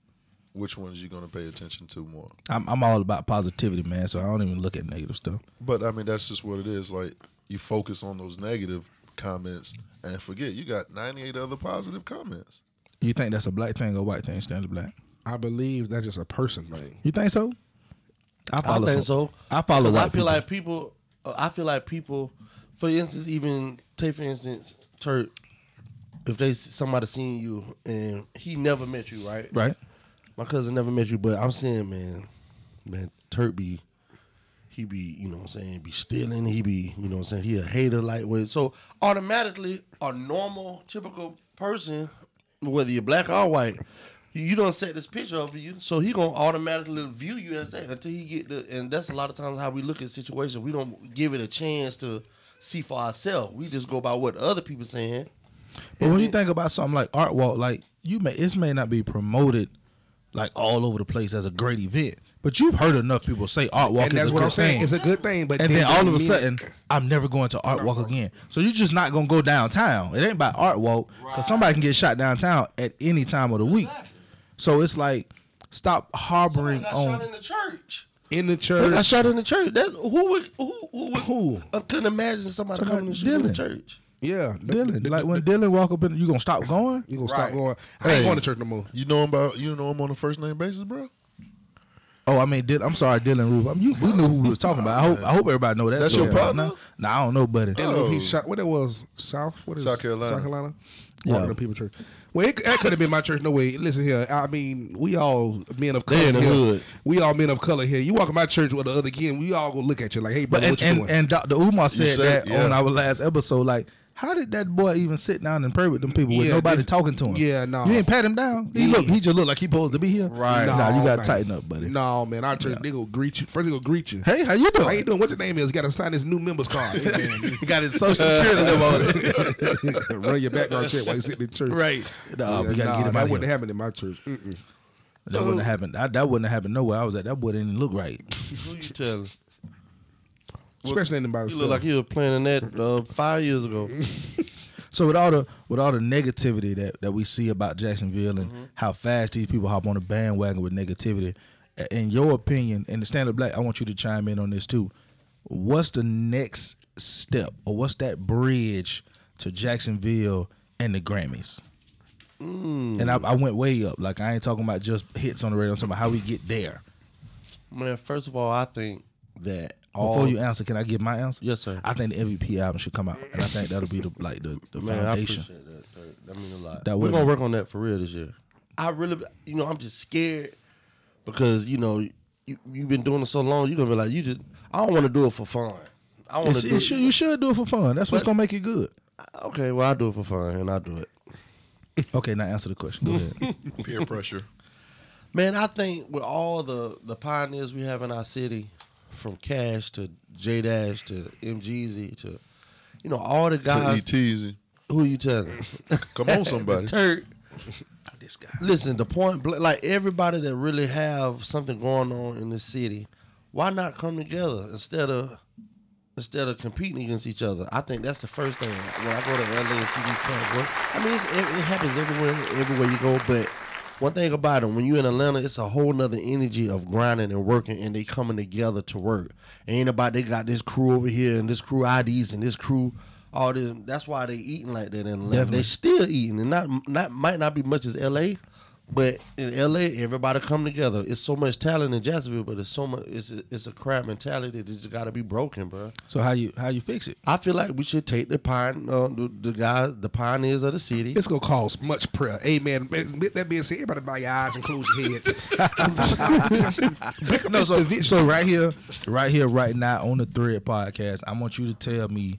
Which ones you gonna pay attention to more? I'm, I'm all about positivity, man. So I don't even look at negative stuff. But I mean, that's just what it is. Like you focus on those negative comments and forget you got ninety-eight other positive comments. You think that's a black thing or white thing, Stanley Black? I believe that's just a person thing. You think so? I I follow. think some- so. I follow. 'Cause White I feel people. like people. uh, I feel like people. For instance, even take for instance, Turk. If they somebody seen you and he never met you, right? right. My cousin never met you, but I'm saying, man, man, Turk be, he be, you know what I'm saying, be stealing, he be, you know what I'm saying, he a hater lightweight. So automatically, a normal, typical person, whether you're black or white, you, you don't set this picture up for you, so he gonna automatically view you as that until he get the, and that's a lot of times how we look at situations. We don't give it a chance to see for ourselves. We just go by what other people saying. But when you think about something like Art Walk, like you may it may not be promoted like all over the place as a great event, but you've heard enough people say Art Walk And is that's a what good I'm saying. thing. It's a good thing, but and then all of a doesn't mean sudden, it- I'm never going to Art Walk again. So you're just not gonna go downtown. It ain't by Art Walk because somebody can get shot downtown at any time of the week. So it's like stop harboring Got on. shot in the church. in the I church, shot in the church. That's who would who who, would, Who? I couldn't imagine somebody coming to shoot in the Dylan. church. yeah, Dylan, like when Dylan walk up in, you gonna stop going? you gonna stop Right. going. I ain't Hey. going to church no more. You know him about you know him on a first name basis, bro. Oh, I mean, Dylan, I'm sorry, Dylan Roof. I mean, you, we knew who we was talking about. I hope, I hope everybody know that. That's story your by partner? now. Nah, I don't know, buddy. And Oh. he shot what it was South what is South Carolina. South Carolina. Yeah. Yeah, the people church. Well, it, that could have been my church. No way. Listen here. I mean, we all men of color. in the here. hood. We all men of color here. You walk in my church with the other kid, we all gonna look at you like, hey, bro, But and, what you and, doing? and Dr. Umar said, said- that yeah. on our last episode. Like, how did that boy even sit down and pray with them people with Yeah, nobody this- talking to him? yeah, no. You didn't pat him down. He look, he just looked like he supposed to be here. Right. Nah, you gotta man. tighten up, buddy. No, man, our church they gonna greet you. First they gonna greet you. Hey, how you doing? How you doing? What your name is? You gotta sign this new members *laughs* card. *laughs* Amen. He got his social *laughs* security number on it. Run your background check while you sit in church. Right. Yeah, Nah, we gotta nah, get him that out of wouldn't here. Mm. happen in my church. Mm-mm. That wouldn't have happened. I, that wouldn't have happened nowhere. I was at. That boy didn't look right. Who you telling? Especially in the by You itself. look like you were planning that uh, five years ago. So with all the with all the negativity that, that we see about Jacksonville and Mm-hmm. how fast these people hop on the bandwagon with negativity, a- in your opinion, and the standard black, I want you to chime in on this too. What's the next step or what's that bridge to Jacksonville and the Grammys? And I, I went way up. Like I ain't talking about just hits on the radio. I'm talking about how we get there. Man, first of all, I think that all Before you answer, can I give my answer? Yes, sir. I think the MVP album should come out, and I think that'll be the like the, the Man, I foundation. appreciate that. That, that means a lot. That We're would gonna be- work on that for real this year. I really, you know, I'm just scared because you know you you've been doing it so long. You're gonna be like, you just I don't want to do it for fun. I want It's- to do it should- you should do it for fun. That's what's But- gonna make it good. Okay, well I do it for fun and I do it. Okay, now answer the question. *laughs* Go ahead. Peer pressure. *laughs* Man, I think with all the the pioneers we have in our city, from Cash to J Dash to MGZ to, you know, all the To guys. ET easy. Who you telling? E Come on, somebody. *laughs* Turk. Listen, the point, bl- like everybody that really have something going on in this city, why not come together instead of instead of competing against each other? I think that's the first thing. When I go to LA and see these cats, work, I mean, it's, it, it happens everywhere, everywhere you go. But one thing about it, when you in Atlanta, it's a whole nother energy of grinding and working, and they coming together to work. Ain't about they got this crew over here and this crew IDs and this crew. All this, that's why they eating like that in Atlanta. Definitely. They still eating, and not not might not be much as LA, but in LA everybody come together. It's so much talent in Jacksonville, but it's so much it's a, it's a crab mentality that just got to be broken, bro. so how you how you fix it? I feel like we should take the pine uh, the, the guys the pioneers of the city. It's gonna cause much prayer. Amen. With that being said, everybody bow your eyes and close your *laughs* heads. Break up this division. So right here, right here, right now on the Thread podcast, I want you to tell me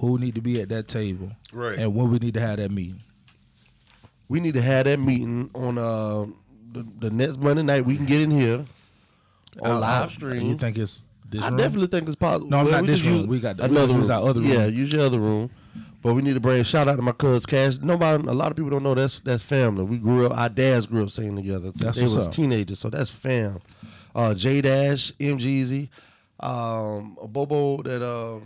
who need to be at that table, Right. and when we need to have that meeting. We need to have that meeting on uh the, the next Monday night. We can get in here on Uh, live uh, stream. You think it's this I room? definitely think it's possible. No, I'm not we this just room. use We got the- we another use room. our other room. Yeah, use your other room. But we need to bring shout out to my cuz Cash. Nobody, a lot of people don't know that's that's family. We grew up, our dads grew up singing together. That's they what's was up. teenagers, so that's fam. Uh, J Dash, MGZ, um, Bobo that uh,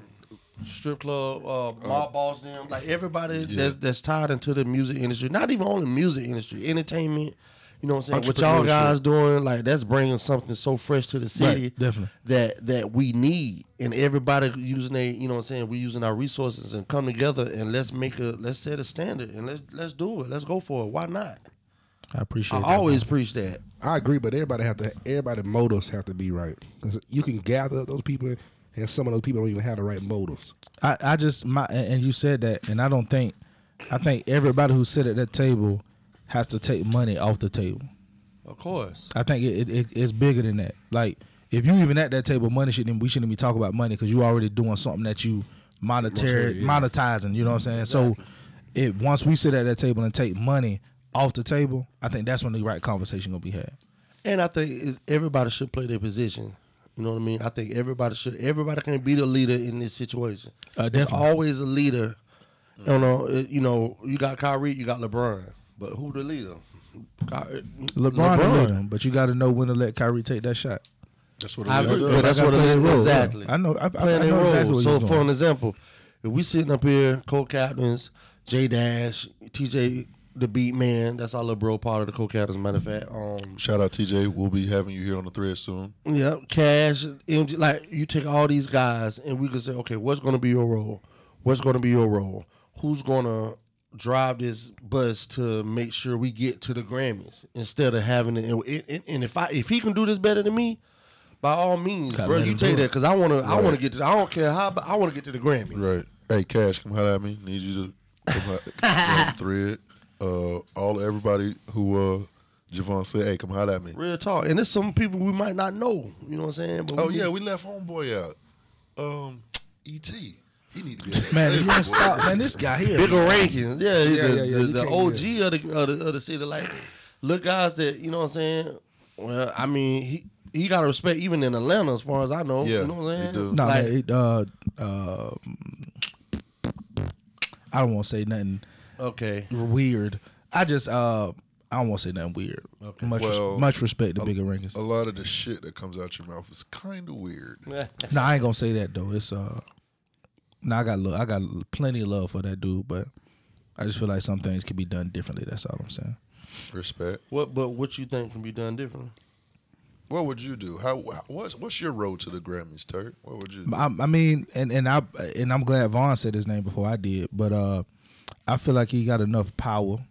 strip club, uh, mob boss them, like everybody that's that's tied into the music industry. Not even only music industry, entertainment. You know what I'm saying? What y'all Entrepreneurship. guys doing, like that's bringing something so fresh to the city definitely. that that we need and everybody using they you know what I'm saying we using our resources and come together and let's make a let's set a standard and let's let's do it let's go for it why not I appreciate. that, I always preach that I agree, but everybody have to. Everybody motives have to be right because you can gather up those people, and some of those people don't even have the right motives. I, I just my and and you said that, and I don't think I think everybody who sit at that table has to take money off the table. of course I think it, it, it it's bigger than that. Like if you even at that table, money shouldn't we shouldn't be talking about money because you already doing something that you monetary monetizing. You know what I'm saying? So, it once we sit at that table and take money off the table, I think that's when the right conversation gonna be had. and I think it's, everybody should play their position you know what I mean I think everybody should everybody can be the leader in this situation Uh, there's definitely. always a leader you know it- you know you got Kyrie you got LeBron but who the leader Ky- LeBron, will lead 'em, but you got to know when to let Kyrie take that shot. That's what I it agree, is. but that's what it play their is. role. Exactly. I know- I- I- Playing I their know exactly what So, you're for doing. an example, if we sitting up here, co-captains, J Dash, TJ, the Beat Man, that's our little bro part of the co-captains. Matter of fact, um, Shout out TJ. We'll be having you here on the thread soon. yeah, Cash, MG, like you take all these guys, and we can say, okay, what's going to be your role? What's going to be your role? Who's going to drive this bus to make sure we get to the Grammys instead of having it? And, and- and if I if he can do this better than me, by all means, Gotta bro, let you him take do that it. because I want to I want to get to the- I don't care how but I want to get to the Grammy. Right. Hey, Cash, come holler at me. Need you to come holler thread. Uh, all everybody who uh, Javon said, hey, come holler at me. Real talk, and there's some people we might not know. You know what I'm saying? But Oh yeah, we left homeboy out. Um, E.T. He need to be at Man, that if you don't table, boy. stop, man, this guy here. bigger rankings. Yeah, Yeah, the, yeah, yeah, the- you the can't- OG of, the, of the of the city, like look guys that you know what I'm saying. Well, I mean he. He got to respect even in Atlanta, as far as I know. Yeah, you know what I'm he saying? do. No, like, man, it, uh, uh, I don't want to say nothing okay. weird. I just uh, I don't want to say nothing weird. Much, res- Well, much respect to Bigger A Ringers. lot of the shit that comes out your mouth is kind of weird. No, I ain't gonna say that though. It's uh, no, I got lo- I got plenty of love for that dude, but I just feel like some things could be done differently. That's all I'm saying. Respect. What? But what you think can be done differently? What would you do? How? wha- What's What's your road to the Grammys, Turk? What would you? Do? I, I mean, and and I and I'm glad Vaughn said his name before I did, but uh, I feel like he got enough power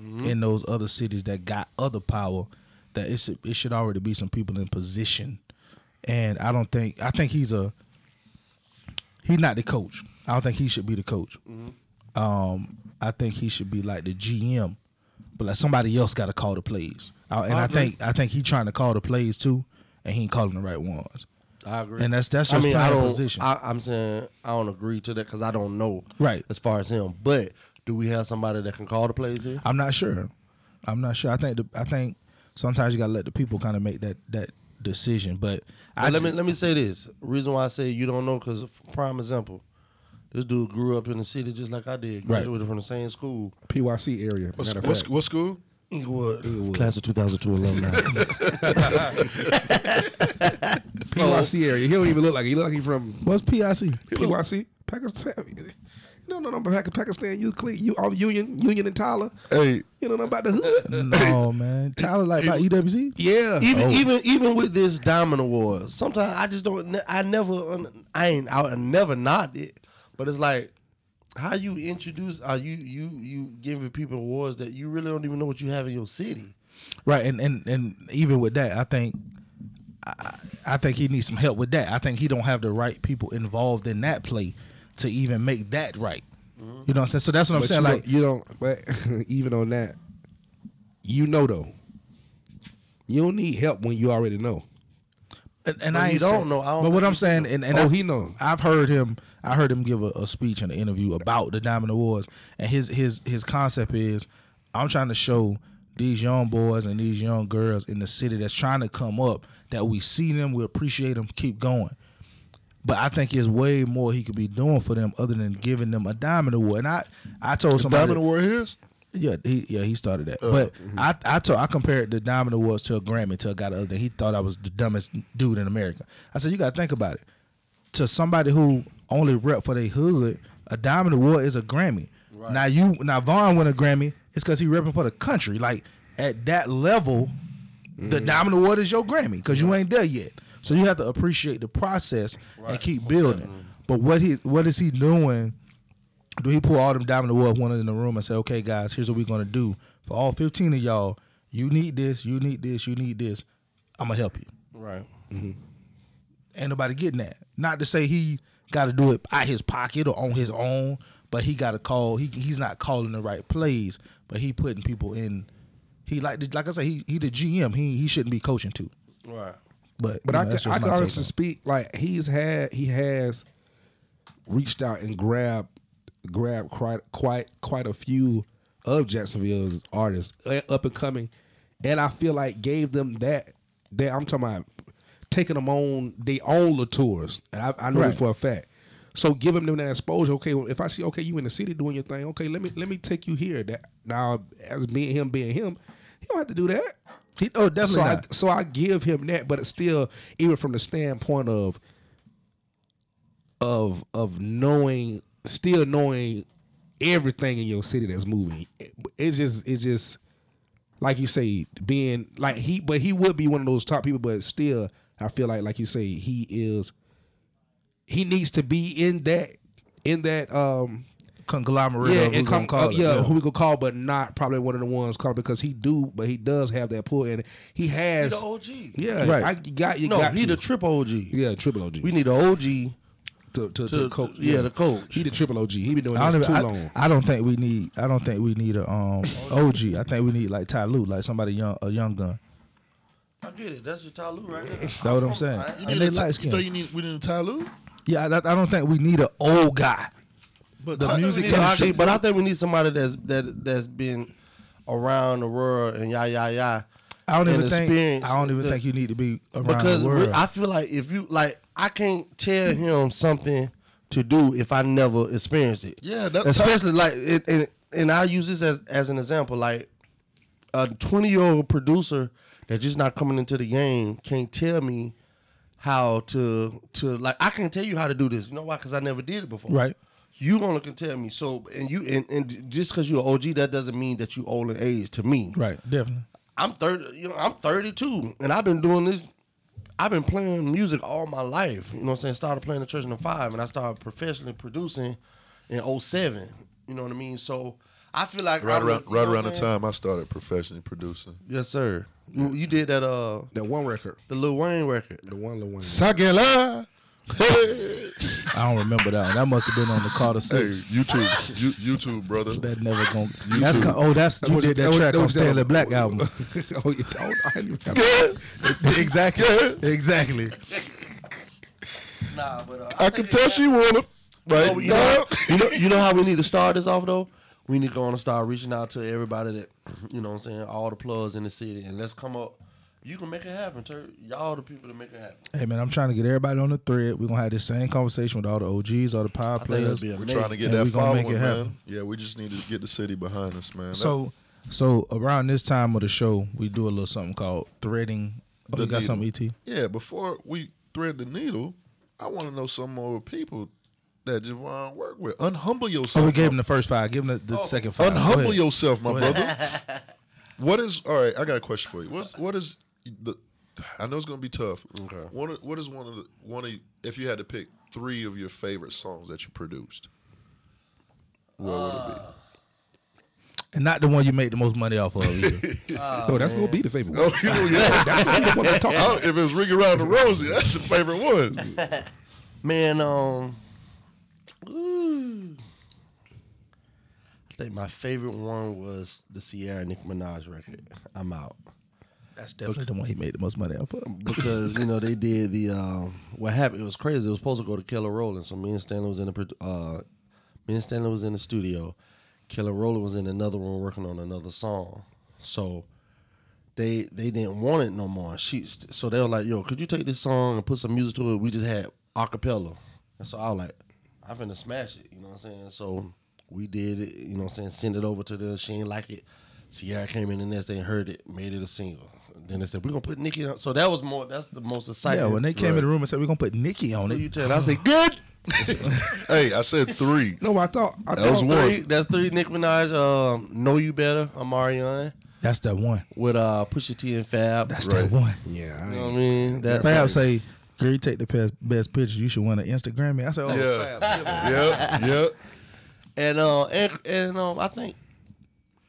Mm-hmm. in those other cities that got other power that it should it should already be some people in position, and I don't think I think he's a he's not the coach. I don't think he should be the coach. Mm-hmm. Um, I think he should be like the GM, but like somebody else got to call the plays. I, and I, think I think he trying to call the plays too, and he ain't calling the right ones. I agree. And that's- that's I just mean, playing I a don't, position. I, I'm saying I don't agree to that because I don't know. Right. As far as him, but do we have somebody that can call the plays here? I'm not sure. I'm not sure. I think the, I think sometimes you gotta let the people kind of make that that decision. But I But let me ju- let me say this. Reason why I say you don't know because prime example, this dude grew up in the city just like I did. Right. Graduated from the same school. PYC area. What's, matter of what's, fact. what school? Inglewood. Class of 2002 *laughs* alumni. PYC area. He don't even look like he look like he from what's PIC? PYC Pakistan. No, no, no, Pakistan. You clean. You off Union, Union and Tyler. Hey, You know nothing about the hood. No *laughs* man, Tyler like E about EWC. Yeah. even even even with this Diamond Award, sometimes I just don't. ne- I never. un- I ain't. I never knocked it, but it's like how you introduce. Are you you you giving people awards that you really don't even know what you have in your city? Right, and and and even with that, I think. I, I think he needs some help with that. I think he don't have the right people involved in that play to even make that right. You know what I'm saying? So that's what I'm But you saying. Like don't, you don't. But *laughs* even on that, you know though, you don't need help when you already know. And, and Well, I you ain't don't saying- know. I don't but what think I'm you saying, and, and Oh, I, he know. I've heard him. I heard him give a, a speech in an interview about the Diamond Awards, and his his his concept is, I'm trying to show these young boys and these young girls in the city that's trying to come up that we see them, we appreciate them, keep going. But I think there's way more he could be doing for them other than giving them a Diamond Award. And I I told somebody Diamond Award his. yeah, he yeah he started that. but I I told I compared the Diamond Awards to a Grammy to a guy the other day. He thought I was the dumbest dude in America. I said you got to think about it. To somebody who only rep for their hood, a Diamond Award is a Grammy. Now you now Vaughn won a Grammy. It's because he repping for the country. Like at that level, the Diamond Award is your Grammy because you ain't there yet. So you have to appreciate the process and keep building. But what he what is he doing? Do he pull all them Diamond Award winners in the room and say, okay, guys, here's what we're going to do. For all 15 of y'all, you need this, you need this, you need this. I'm going to help you. Right. Ain't nobody getting that. Not to say he got to do it out his pocket or on his own, but he got to call. He He's not calling the right plays, but he putting people in. He like the- like I said, he he the GM. He he shouldn't be coaching too. Right. But But you I know, can, that's just I can my take honestly on it. speak like he's had he has reached out and grabbed grabbed quite quite quite a few of Jacksonville's artists uh, up and coming, and I feel like gave them that that I'm talking about taking them on their own latours, and I, I know Right. this for a fact. So giving them that exposure. Okay, well, if I see okay, you in the city doing your thing. Okay, let me let me take you here. That now as being him being him, he don't have to do that. He, oh, definitely So I, not. so I give him that, but it's still even from the standpoint of of of knowing, still knowing everything in your city that's moving. It- It's just it's just like you say, being like he, but he would be one of those top people. But still, I feel like like you say, he is he needs to be in that in that um Conglomerate. yeah, of who and gonna come, call uh, it. yeah, who we could call, but not probably one of the ones called because he do, but he does have that pull, and he He has. the OG. Yeah, Right. I you got you. no, got he to. the triple OG. yeah triple OG. We need an OG. to, to, to, to- coach. yeah, the coach. He the triple OG. He been doing I this don't, too even, I, long. I don't think we need. I don't think we need a um OG. I think we need like Ty Lue, like somebody young, a young gun. I get it. That's your Tyloo right there. That's what I'm saying. I, And You they need a Ty- light You thought skin. you need we need a Ty Lue? Yeah, I, I don't think we need an old guy. But The Ty- music we need So a- I think- but I think we need somebody that's that that's been around the world and yah yah yah. I don't and even think. experienced I don't even the- think you need to be around because the we- world. I feel like if you like, I can't tell him something to do if I never experienced it. Yeah, that- especially like, it, and and I use this as as an example. Like, a 20 year old producer that's just not coming into the game can't tell me how to to like I can tell you how to do this. You know why? Because I never did it before. Right. You only can tell me. So and you and, and just because you're OG, that doesn't mean that you old in age to me. Right, definitely. I'm thirty. You know, I'm thirty two, and I've been doing this. I've been playing music all my life. You know what I'm saying? Started playing the church in the five, and I started professionally producing in 07. You know what I mean? So I feel like Right I'm- around you know right what around the I'm saying? time I started professionally producing. Yes, sir. You, you did that. Uh, That one record, the Lil Wayne record. the one Lil Wayne. Sucking love. hey, I don't remember that one. That must have been on the Carter Six. YouTube, you, YouTube, brother. That never gonna. That's co- oh, that's you what did you- that that track what- that on what you Stanley did. Black album. *laughs* *laughs* oh, yeah. Oh, I didn't even have exactly, exactly. Nah, but uh, I can tell she wanna. Right you, now. know, *laughs* you know, you know how we need to start this off though. We need to go on and start reaching out to everybody that you know. what I'm saying all the plugs in the city, and let's come up. You can make it happen, Tur. Y'all the people that make it happen. Hey man, I'm trying to get everybody on the thread. We're gonna have this same conversation with all the OGs, all the power think that'd players. be a- We're trying to get And that we gonna make following, it man. happen. Yeah, we just need to get the city behind us, man. That- So, so around this time of the show, we do a little something called threading. Oh, The you got something, Et? yeah, before we thread the needle, I want to know some more people that Javon work with. Unhumble yourself. Oh, we gave him the first five. Give him the, the second five. Go Unhumble ahead. yourself, my Go ahead. brother. what is all right? I got a question for you. What's what is the? I know it's gonna be tough. Okay. What are- what is one of the one of if you had to pick three of your favorite songs that you produced? What would it be? and not the one you make the most money off of. Either. Oh, that's gonna be the favorite one. Oh, yeah. Oh, if it's Ring Around the Rosie, that's the favorite one. Man, um, ooh. I think my favorite one was the Sierra Nicki Minaj record. I'm out That's definitely the one he made the most money off of. because you know they did the um, what happened. It was crazy. It was supposed to go to Killer Roland, so me and Stanley was in the produ- uh, me and Stanley was in the studio. Killer Roland was in another one working on another song. So they they didn't want it no more. She so they were like, "Yo, could you take this song and put some music to it?" We just had acapella, and so I was like, "I'm finna smash it," you know what I'm saying? So we did it, you know what I'm saying? Send it over to them. She ain't like it. Sierra came in the next day, and heard it, made it a single. Then they said, "We're gonna put Nicki." on. So that was more. That's the most exciting. Yeah, when they came in the room and said we're gonna put Nikki on Who it, you tell? I say good. Hey, I said three. No, I thought I That was thought Three, one. that's three. Nick Minaj, um, know you better. Amarion that's that one. with uh Pusha T and Fab. That's Right. that one. Yeah, I you ain't- know what I mean. That Fab say, "Girl, you take the best, best picture. You should win an Instagram." Man, I said, "Oh, Yeah, yeah, yeah. And uh and, and um I think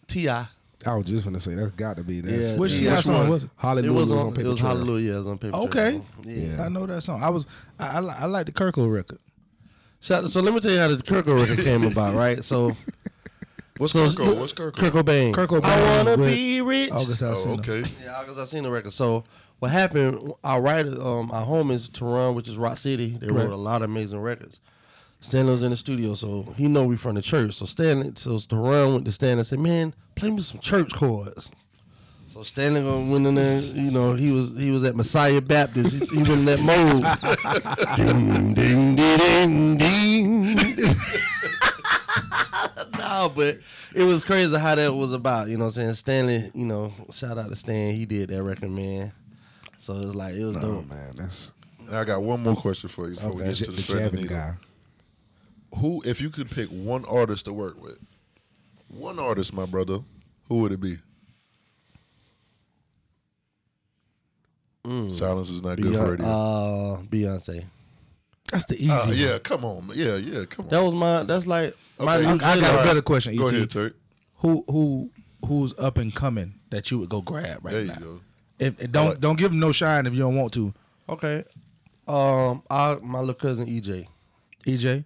Ti. Yeah, I was just gonna say that's got to be that. Which T.I. T.I. song one? was it? Hallelujah It was, was on, on it Paper was Trail. Hallelujah. It was on paper. Trail. Okay. Yeah. Yeah. I know that song. I was, I, I, li- I like the Kirkle record. Shout- so let me tell you how the Kirkle record came about, right? So What's so Kirko? What's Kirko? Kirkle Bang. Kirkle I Bang wanna with be rich. August Oh, Alsina. okay. Yeah, because I seen the record. So what happened? Our writer, um, our home is Tehran, which is Rock City. They wrote Right. a lot of amazing records. Stanley was in the studio, so he know we from the church. So Stanley, so Tehran went to Stanley and said, "Man, play me some church chords." So Stanley gonna went in there. You know, he was he was at Messiah Baptist. He, he was in that mode. ding ding ding ding. *laughs* ding. no, but it was crazy how that was about. You know what I'm saying? Stanley, you know, shout out to Stan. He did that record, man. So it's like it was Oh dope. man, that's And I got one more question for you before we okay. get J- to the, the thread. jabbing guy. Who, if you could pick one artist to work with, one artist, my brother, who would it be? Silence is not good for radio. Uh, Beyonce. That's the easy. Uh, one. yeah, come on, man. yeah, yeah, come on. That was my. That's like my. Okay. new I- I I jam. got a better question. Go ET. ahead, Turk. Who who who's up and coming that you would go grab right There you now? go. If, if- don't like- don't give him no shine if you don't want to. Okay. Um, I my little cousin E EJ. EJ, E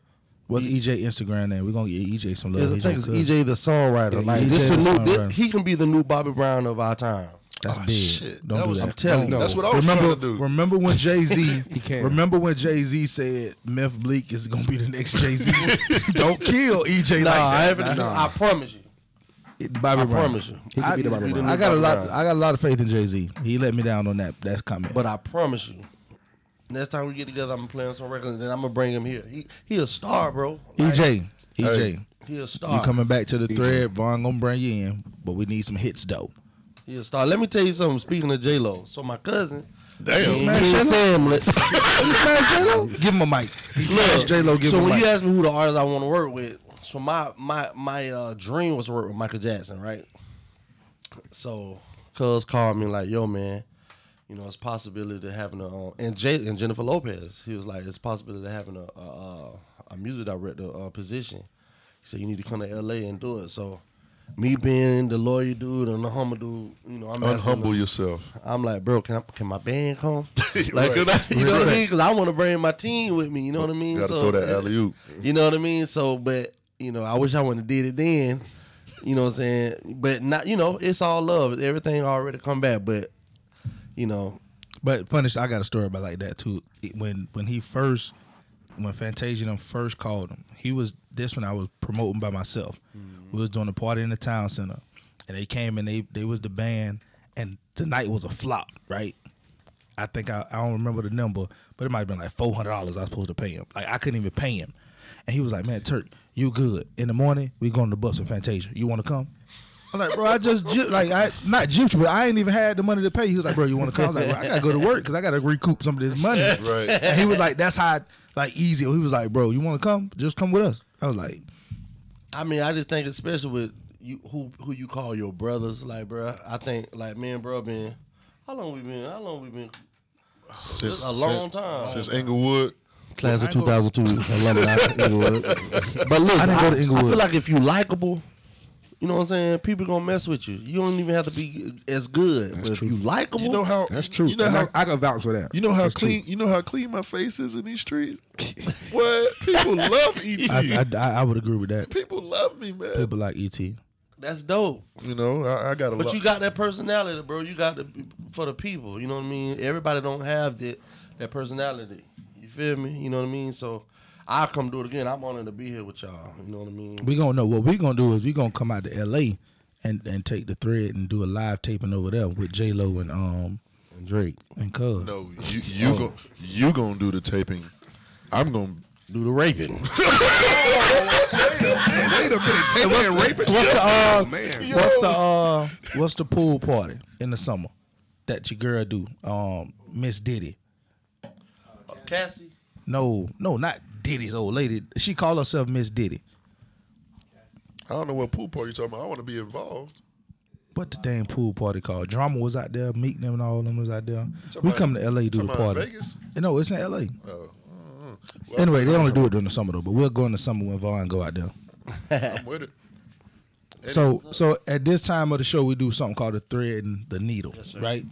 what's EJ Instagram name? We're gonna get EJ some love. Is the He thing don't is cook. E EJ E the songwriter. Yeah, like EJ this, the the new. songwriter. This, he can be the new Bobby Brown of our time. That's Oh, big. shit. Don't That do was- that. I'm telling Don't- you. That's what I was remember, trying to do. Remember when Jay Z? He can't. Remember when Jay Z said Meth Bleak is gonna be the next Jay Z? Don't kill EJ Nah, like I, that. haven't- I promise you. Bobby I Brown. promise you. He could be the I- Bobby he Brown. the I got a Bobby lot. Brown. I got a lot of faith in Jay Z. He let me down on that. That's comment. But I promise you, next time we get together, I'm gonna play on some records, and then I'm gonna bring him here. He he a star, bro. Like, EJ, EJ, he a star. Uh, you coming back to the thread? Vaughn gonna bring you in, but we need some hits though. He a star. Let me tell you something. Speaking of J Lo, so my cousin, Damn. King Samlet. Give him a mic. He Look, smashed J-Lo, give so him a when mic. you asked me who the artist I want to work with, so my my my uh, dream was to work with Michael Jackson, right? So, Cuz called me like, "Yo, man, you know, it's possibility of having a um, and Jay and Jennifer Lopez. He was like, it's possibility of having a a, uh, a music director uh, position. He said you need to come to L.A. and do it. So, me being the lawyer dude and the humble dude, you know, I'm asking him- Unhumble yourself. *laughs* I'm like, bro, can I, can my band come? like, Right. could I- you know what I Right. mean? Because I want to bring my team with me. You know what I mean? Gotta throw that alley-oop. You know what I mean? So, but you know, I wish I wouldn't have did it then. You know what I'm saying? But not, you know, it's all love. Everything already come back. But you know, But funny, sh- I got a story about like that too. It- When when he first, when Fantasia them first called him, he was this one I was promoting by myself. We was doing a party in the town center, and they came and they they was the band, and the night was a flop, right? I think I, I don't remember the number, but it might have been like four hundred dollars I was supposed to pay him. Like I couldn't even pay him, and he was like, "Man, Turk, you good? In the morning, we going to the bus with Fantasia. You want to come?" I'm like, bro, I just ju- like I not juiced, but I ain't even had the money to pay. He was like, bro, you want to come? I was like, bro, I gotta go to work because I gotta recoup some of this *laughs* money. Right. And he was like, that's how like easy. He was like, bro, you want to come? Just come with us. I was like, I mean, I just think especially with you who who you call your brothers, like, bro. I think like me and bro been. How long we been? How long we been? Since a long since- time. Since Englewood. Class of 2002, Atlanta, Inglewood. But look, I, didn't go to I Inglewood. feel like if you likable, you know what I'm saying, people gonna mess with you. You don't even have to be as good. but if you likable, You know how That's true. You know And how I, I can vouch for that. you know how That's true. clean you know how clean my face is in these streets. what people love *laughs* ET. I I, I, I would agree with that. people love me, man. People like E ET. that's dope. You know, I, I got a But lot. you got that personality, bro. You got the, for the people. You know what I mean. Everybody don't have that that personality. You feel me? You know what I mean. So I'll come do it again. I'm honored to be here with y'all. You know what I mean. We gonna know what we gonna do is we gonna come out to LA and and take the thread and do a live taping over there with J Lo and um Drake and Cuz. *laughs* no, you you Oh. gon' you gonna do the taping. I'm gonna do the raping. Wait a *laughs* minute, take that raping. What's the uh, man. What's the uh, what's the pool party in the summer that your girl do? Um, Miss Diddy. Uh, Cassie. No, no, not Diddy's old lady. She called herself Miss Diddy. I don't know what pool party you talking about. I want to be involved. What the damn pool party called? Drama was out there, Meek them and all them was out there. We Somebody- come to LA do the somebody in party. Vegas? No, it's in LA. Oh, mm, well, Anyway, they only do it during the summer though. But we'll go in the summer when Vaughn go out there. I'm with it. So uh, so at this time of the show, we do something called the thread and the needle, right?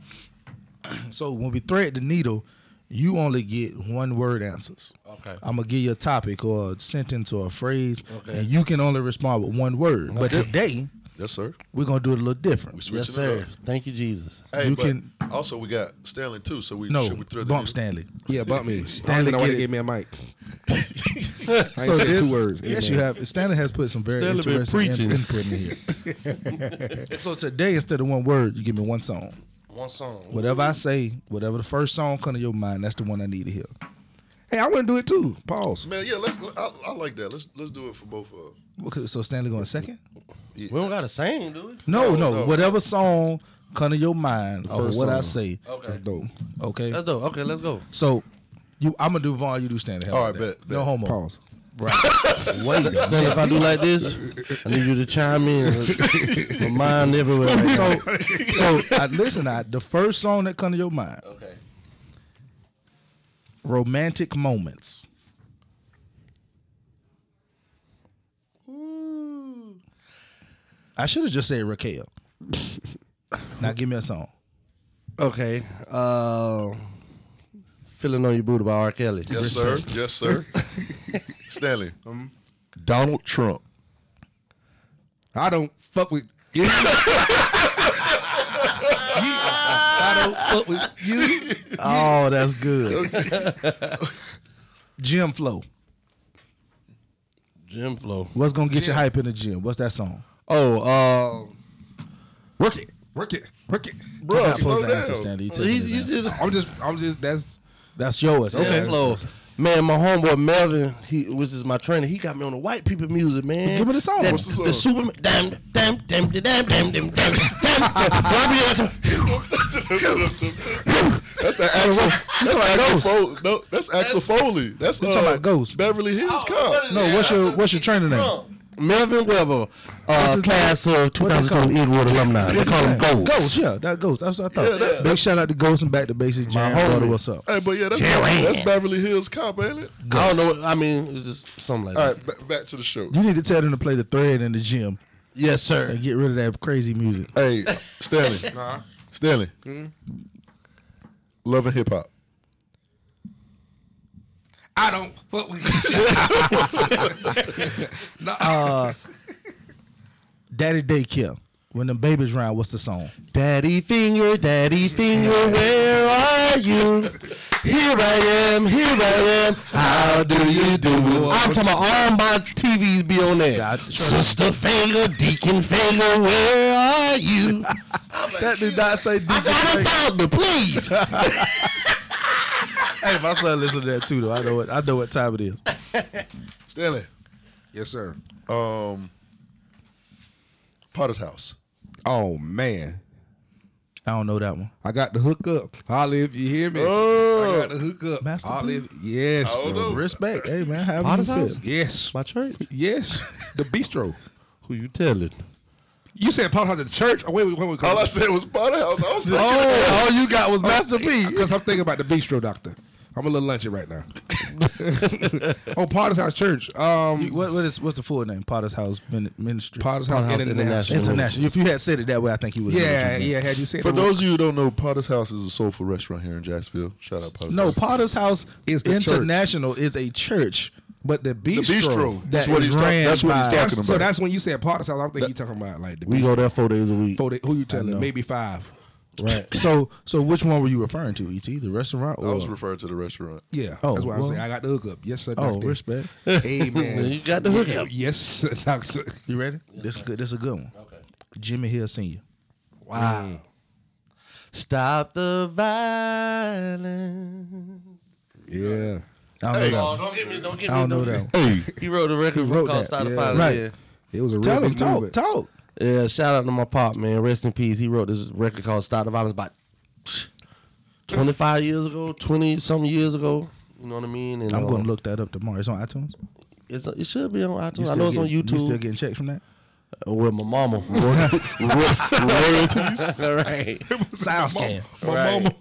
*clears throat* so when we thread the needle, you only get one word answers. Okay. I'm gonna give you a topic or a sentence or a phrase, and you can only respond with one word. But today Yes, sir. we're gonna do it a little different. Switching Yes, it sir. up. Thank you, Jesus. Hey, You but can- also we got Stanley too. So we No, should we throw the bump needle? Stanley. Yeah, about *laughs* me. Stanley Stanley, I don't even know why get they it. gave me a mic. I ain't So said this- two words. Yes, Amen. you have. Stanley has put some very Stanley been interesting in- preaching. input in *laughs* here. so today, instead of one word, you give me one song. One song. Whatever I say, whatever the first song come to your mind, that's the one I need to hear. Hey, I want to do it too. Pause. Man, yeah, let's. I, I like that. Let's let's do it for both of us. Okay, so Stanley going second? We don't got to sing, do we? No, no, No, no. Whatever song come to your mind or what first I song. say. Okay. Dope. Okay. That's dope. Okay, let's go. So you I'm gonna do Vaughn, you do Stanley. How All about right, that? bet, No bet. homo. Pause. Wait. if I do like this, I need you to chime *laughs* in. My mind everywhere. So so I, listen, I the first song that come to your mind, okay. romantic moments. I should have just said Raquel. now give me a song. Okay. Uh, Feeling on your booty by R. Kelly. Yes, sir. *laughs* Yes, sir. Stanley. Um, *laughs* Donald Trump. I don't fuck with. Oh, that's *laughs* good. Gym flow. Jim Flow. What's gonna get you hype in the gym? What's that song? Oh, um, Work it. Work it. Work it. Bro, not slow supposed to answer, down. Stanley. You he, taking his he answer. just, I'm just. I'm just. That's. That's yours. Okay. Jim Flow. Man, my homeboy Melvin, he which is my trainer, he got me on the white people music, man. Give me the song. That, What's the Superman. Damn, damn, damn, damn, damn, damn, damn, damn, damn, That's the Axel. That's Axel Foley. No, that's Axel Foley. That's talking uh, about Ghost. Beverly Oh, Hills Cop. No, what's your what's your trainer name? Melvin Weber, uh, class of 2020 Edward alumni. They call him Ghost. Ghost, yeah, that Ghost. That's what I thought. Big shout out to Ghost and back to basics. Jam, homie. brother, what's up? Hey, but yeah, that's, Joanne. that's Beverly Hills Cop, ain't it? I don't know. I mean, it's just something like All that. right, ba- back to the show. You need to tell them to play the thread in the gym Yes, sir. and get rid of that crazy music. Hey, Stanley. *laughs* Stanley. Hmm? Love and hip hop. I don't fuck with *laughs* you. no, Daddy Daycare. When the babies round, what's the song? Daddy finger, daddy finger, where are you? Here I am, here I am. How do you do? I'm talking about all my TVs be on there. Sister finger, deacon finger, where are you? That did not say I DJ. said, I done found me, please. Hey, my son listen to that too, though. I know what I know what time it is. Stanley. yes, sir. Um, Potter's House. Oh man, I don't know that one. I got the hook up. Holly, if you hear me, I got the hook up. Master Holly, if- yes, don't bro. know. Respect, hey man. Have Potter's you House? feel. Oh, yes, My church? yes. The bistro. Who you telling? You said Paul had the church. Oh, wait, wait, wait, wait. All I said was Potter House. I was *laughs* thinking, Oh, all you got was Master B. Because I'm thinking about the bistro doctor. I'm a little lunchy right *laughs* now. oh, Potter's House Church. Um, What what is what's the full name? Potter's House Min- Ministry. Potter's House Potter's House International. International. International. If you had said it that way, I think you would. have Yeah, yeah. Had you said for it- those of you who don't know, Potter's House is a soulful restaurant here in Jacksonville. Shout out Potter's No, House. Potter's House Is the church. International is a church, but the bistro, bistro. that That's what is he's talk- ran that's what he's by- talking That's- So about. that's when you said Potter's House. I don't think you talking about like the We bistro. go there four days a week. Four day- Who you know. telling? Maybe five. Right. So so which one were you referring to? Et the restaurant or I was referring to the restaurant. Yeah. Oh, that's why I'm well. saying I got the hook up. Yes, sir. oh doctor. respect. *laughs* Amen. You got the hook up. Yes, sir, doctor. You ready? This good. This a good one. Okay. Jimmy Hill Senior. Wow. Stop the violence. Yeah. I don't know that. one. Oh, don't get me. Don't get I don't know that. one. Hey, He wrote a record wrote for called that, Stop the yeah. Violence. Right. Yeah. It was a real Tell him big talk movement. talk. Yeah, shout out to my pop, man. Rest in peace. He wrote this record called Stop the Violence about *sniffs* 25 years ago, 20 some years ago. You know what I mean? And, I'm uh, going to look that up tomorrow. It's on iTunes. It's, uh, it should be on You iTunes. I still know it's on getting- You still YouTube. getting checks from that? Uh, with *laughs* my mama. Royalties. All *laughs* right. Sound scan. My Right. mama.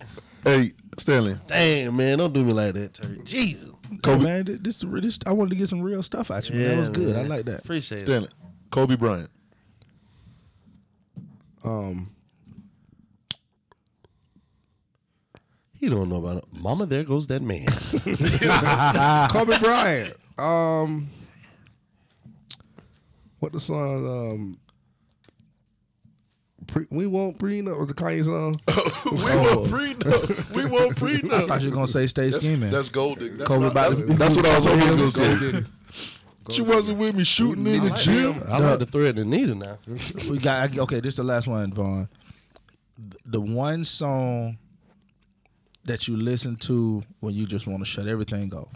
hey, Stanley. Damn, man. Don't do me like that, Terry. Jesus. Kobe. Man, th- this, this, I wanted to get some real stuff out you. man. That was good. I man. like that. Appreciate it. Stanley. Kobe Bryant. Um, He don't know about it. Mama, there goes that *laughs* man. Kobe Bryant. Um, what the song? Um, pre, we won't prenup was the Kanye song. *laughs* we won't prenup. We *laughs* won't I thought prenup. you were going to say stay That's, scheming. that's gold digger. That's, Kobe what I- about that's, to- that's what I was hoping you was Go going to say. did it. She wasn't with me shooting in the gym. I like the thread and needle now. we got, I- okay, this is the last one, Vaughn. Th- The one song that you listen to when you just want to shut everything off.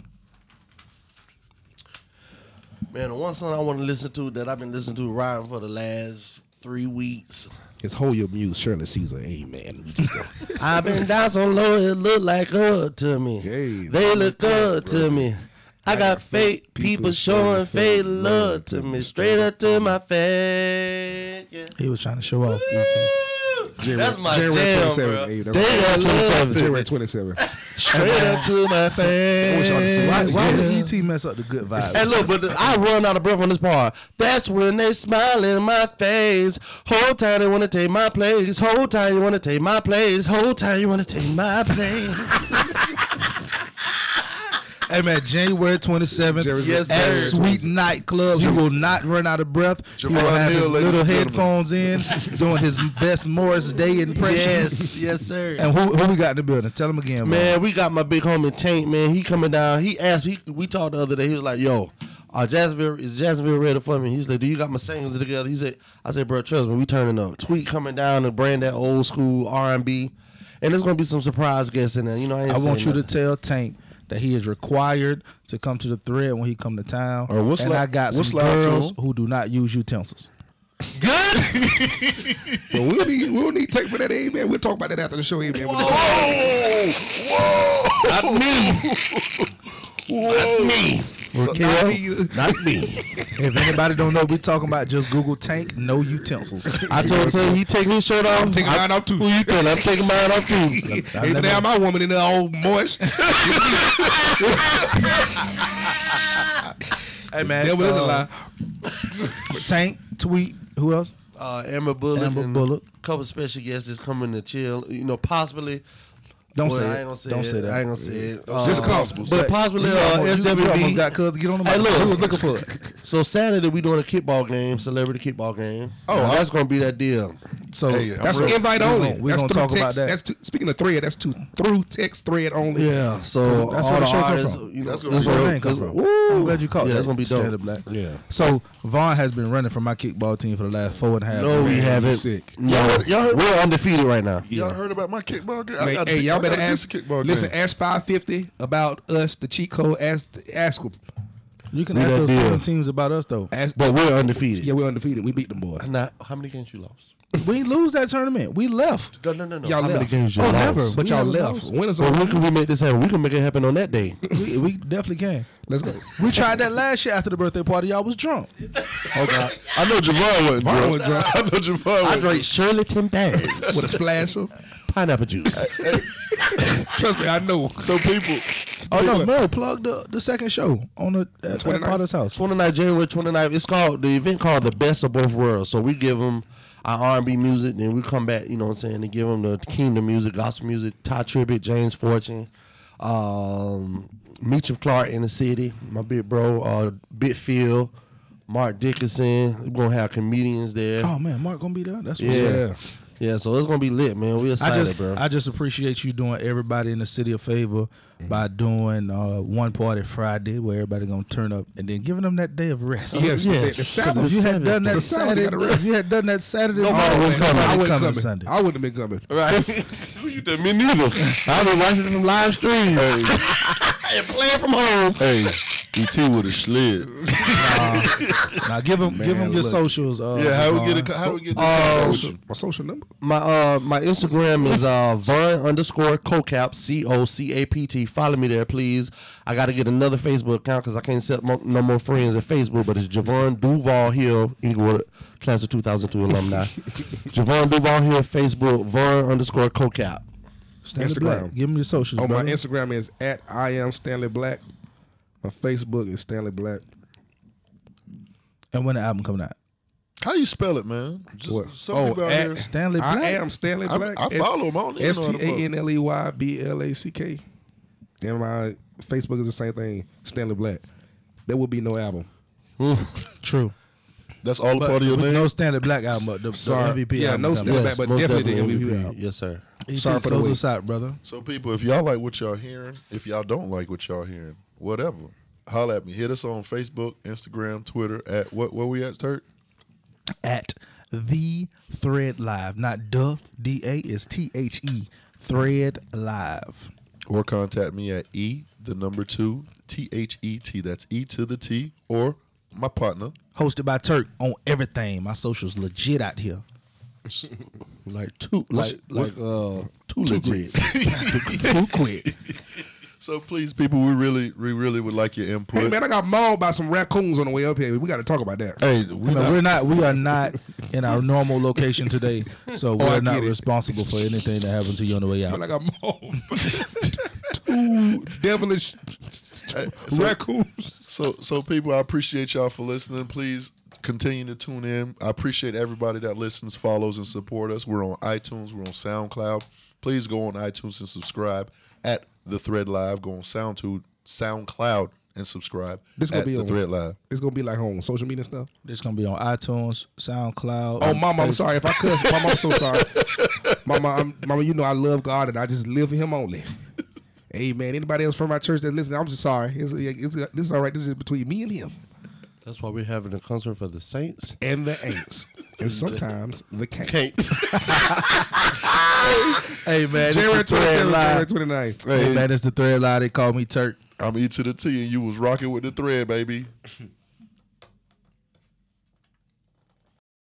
Man, the one song I want to listen to that I've been listening to riding for the last *laughs* three weeks. It's hold your muse, Shirley Caesar. Amen. We *laughs* just gonna- I've been down so low, it look like up to me. Hey, they look up to me. I got fake people showing fake love to me, straight up to my face. Yeah. He was trying to show off ET. That's my January jam, 27. bro. Hey, that's They got love for January 27. straight up to my I wish y'all could see face. my Why, why Yeah. would ET mess up the good vibes? Hey, look, but the- I run out of breath on this part. That's when they smile in my face. Whole time they want to take my place. Whole time you want to take my place. Whole time you want to take my place. Hey man, January 27th Yes, at sir. Sweet Nightclub. He will not run out of breath. he will Javon have his Hill, ladies little and headphones in, doing his best Morris Day impressions. *laughs* yes, yes, sir. And who, who we got in the building? Tell him again, man. Man, we got my big homie Tank, man. He coming down. He asked, he, we talked the other day. He was like, yo, are Jacksonville, is Jacksonville ready for me? He's like, do you got my singles together? He said, I said, bro, trust me, we turning up. Tweet coming down to bring that old school R&B. And there's going to be some surprise guests in there. You know, I, ain't I saying want you to nothing. tell Tank that he is required to come to the thread when he come to town. Or what's and li- I got what's some live to girls him? who do not use utensils. Good but we'll need we'll need take for that amen. We'll talk about that after the show, amen. Whoa! Whoa! Not me. Whoa! me. Not me. Not me. *laughs* If anybody don't know, we talking about just Google tank, no *laughs* utensils. I told him he take his shirt off. I'm taking mine off too. Who you think? I'm taking mine off too. Every damn my woman in there all moist. hey man, Devil is a uh, lie. Tank, tweet, who else? *laughs* Uh, Amber Bullock. Amber and Bullock. A couple special guests just coming to chill. You know, possibly. Don't Well, say I it. ain't gonna say Don't it. say that. I ain't gonna say it. Just Uh, constables. But possibly You uh, almost- you- you almost SWB. got cuz to get on the Hey, mic. look. Who was looking for it? *laughs* So Saturday we doing a kickball game, celebrity kickball game. Oh, that's gonna be that deal. So Hey, I'm That's invite we only. gonna- we that's gonna through talk about text. that. That's two, speaking of thread. That's two through text thread only. Yeah. So That's all where the the show come artists, from. You That's know, that's where the gonna Where show your Bro, name come from. Woo. I'm glad you caught Yeah, that. that's gonna be Stand dope. Up Black. Yeah. So Vaughn has been running for my kickball team for the last four and a half. No, we years. haven't. sick. No, we're undefeated right now. Y'all heard about my kickball game? I Hey, got a hey, pick- y'all I got better a ask. piece of kickball Listen, game. ask five fifty about us, the cheat code. Ask ask them. You can We ask that those deal. same teams about us though. Ask, But we're undefeated. yeah, we're undefeated. We beat them boys. Now, how many games you lost? *laughs* We lose that tournament. We left. No, no, no, no. Y'all how many left. games you Oh, lost? never. But We y'all haven't left. lost. Winners Well, on. when can we make this happen? We can make it happen on *laughs* that day. We, we definitely can. Let's go. *laughs* We tried that last year after the birthday party. Y'all was drunk. I know Javon wasn't drunk. wasn't drunk. *laughs* I know Javon I wasn't drank Shirley Tim Bass With a splash of. pineapple juice. Trust me, I know. So people, *laughs* Oh no, Mel plugged the, the second show on the at, at 29th. Potter's house. 29th, January 29th. It's called the event called the best of both worlds. So we give them our R&B music, then we come back. You know what I'm saying? And give them the Kingdom music, gospel music. Ty Tribbett, James Fortune, um, Meacham Clark in the city. My big bro, uh, Big Phil, Mark Dickinson. We're gonna have comedians there. Oh man, Mark gonna be there. That's yeah. what's up. yeah, So it's gonna be lit, man. We excited, I just bro. I just appreciate you doing everybody in the city a favor by doing uh, one party Friday where everybody gonna turn up and then giving them that day of rest. Yes, Yeah. the, the If Sabbath. you had done that The Sabbath Saturday, gotta rest. if you had done that Saturday, Oh, nobody was man, coming. I Coming wouldn't coming. Sunday. I wouldn't have been coming. right. you done me neither. I've been watching it from live stream *laughs* and playing from home. hey, ET would have slid. now give them give them your socials. Uh, Yeah, how we Javon. get it? How we get Uh, this? Oh, My social number. My uh my Instagram is uh Von underscore CoCap C O C A P T. Follow me there, please. I got to get another Facebook account because I can't set mo- no more friends at Facebook. But it's Javon Duval Hill, Inglewood, class of 2002 *laughs* alumni. Javon Duval Hill, Facebook Von underscore CoCap. Stand up black. Instagram. Give them your socials. Oh, my brother. Instagram is at I am Stanley Black. My Facebook is Stanley Black. and when the album coming out. eh, How you spell it, man? Just, What? Some Oh, people out at- here. Stanley Black. I am Stanley I- Black. I follow him. I don't even S know how T to follow. A N L E Y B L A C K. And my Facebook is the same thing. Stanley Black. There will be no album. True. That's all a part of your With name. no Stanley Black album. but The, the MVP. Yeah, album no coming. Stanley Black, but most definitely the MVP album. Yes, sir. ET, Sorry for the close wait. us out, brother. So people, if y'all like what y'all hearing, if y'all don't like what y'all hearing, whatever, holla at me. Hit us on Facebook, Instagram, Twitter at what? Where we at, Turk? at the thread live not duh da is t-h-e thread live or contact me at e the number two t h e t. That's e to the t or my partner. hosted by turk on everything my socials legit out here Like two, like like what- uh two legit. too quick So please, people, we really, we really would like your input. Hey man, I got mauled by some raccoons on the way up here. We got to talk about that. Hey, we No, not- we're not we are not in our normal location *laughs* today so we're Oh, I not get it. responsible for anything that happens to you on the way out Man, I got mauled. *laughs* Two devilish raccoons. so, so people, I appreciate y'all for listening. Please continue to tune in. I appreciate everybody that listens, follows, and support us. We're on iTunes. We're on SoundCloud. Please go on iTunes and subscribe at the Thread Live. Go on SoundCloud, SoundCloud, and subscribe. This gonna at be the on- Thread Live. It's gonna be like on social media and stuff. it's gonna be on itunes soundcloud Oh, mama, I'm sorry if I cuss. Mama, I'm so sorry. mama, I'm, mama, you know I love God and I just live for Him only. Amen. Anybody else from my church that's listening, I'm just sorry. It's, it's, this is all right. This is between me and Him That's why we're having a concert for the Saints. and the ain'ts and sometimes the can't. *laughs* hey man it's January the thread 27th, January live 29th. hey man it's the thread live they call me turk I'm E to the T, and you was rocking with the thread, baby.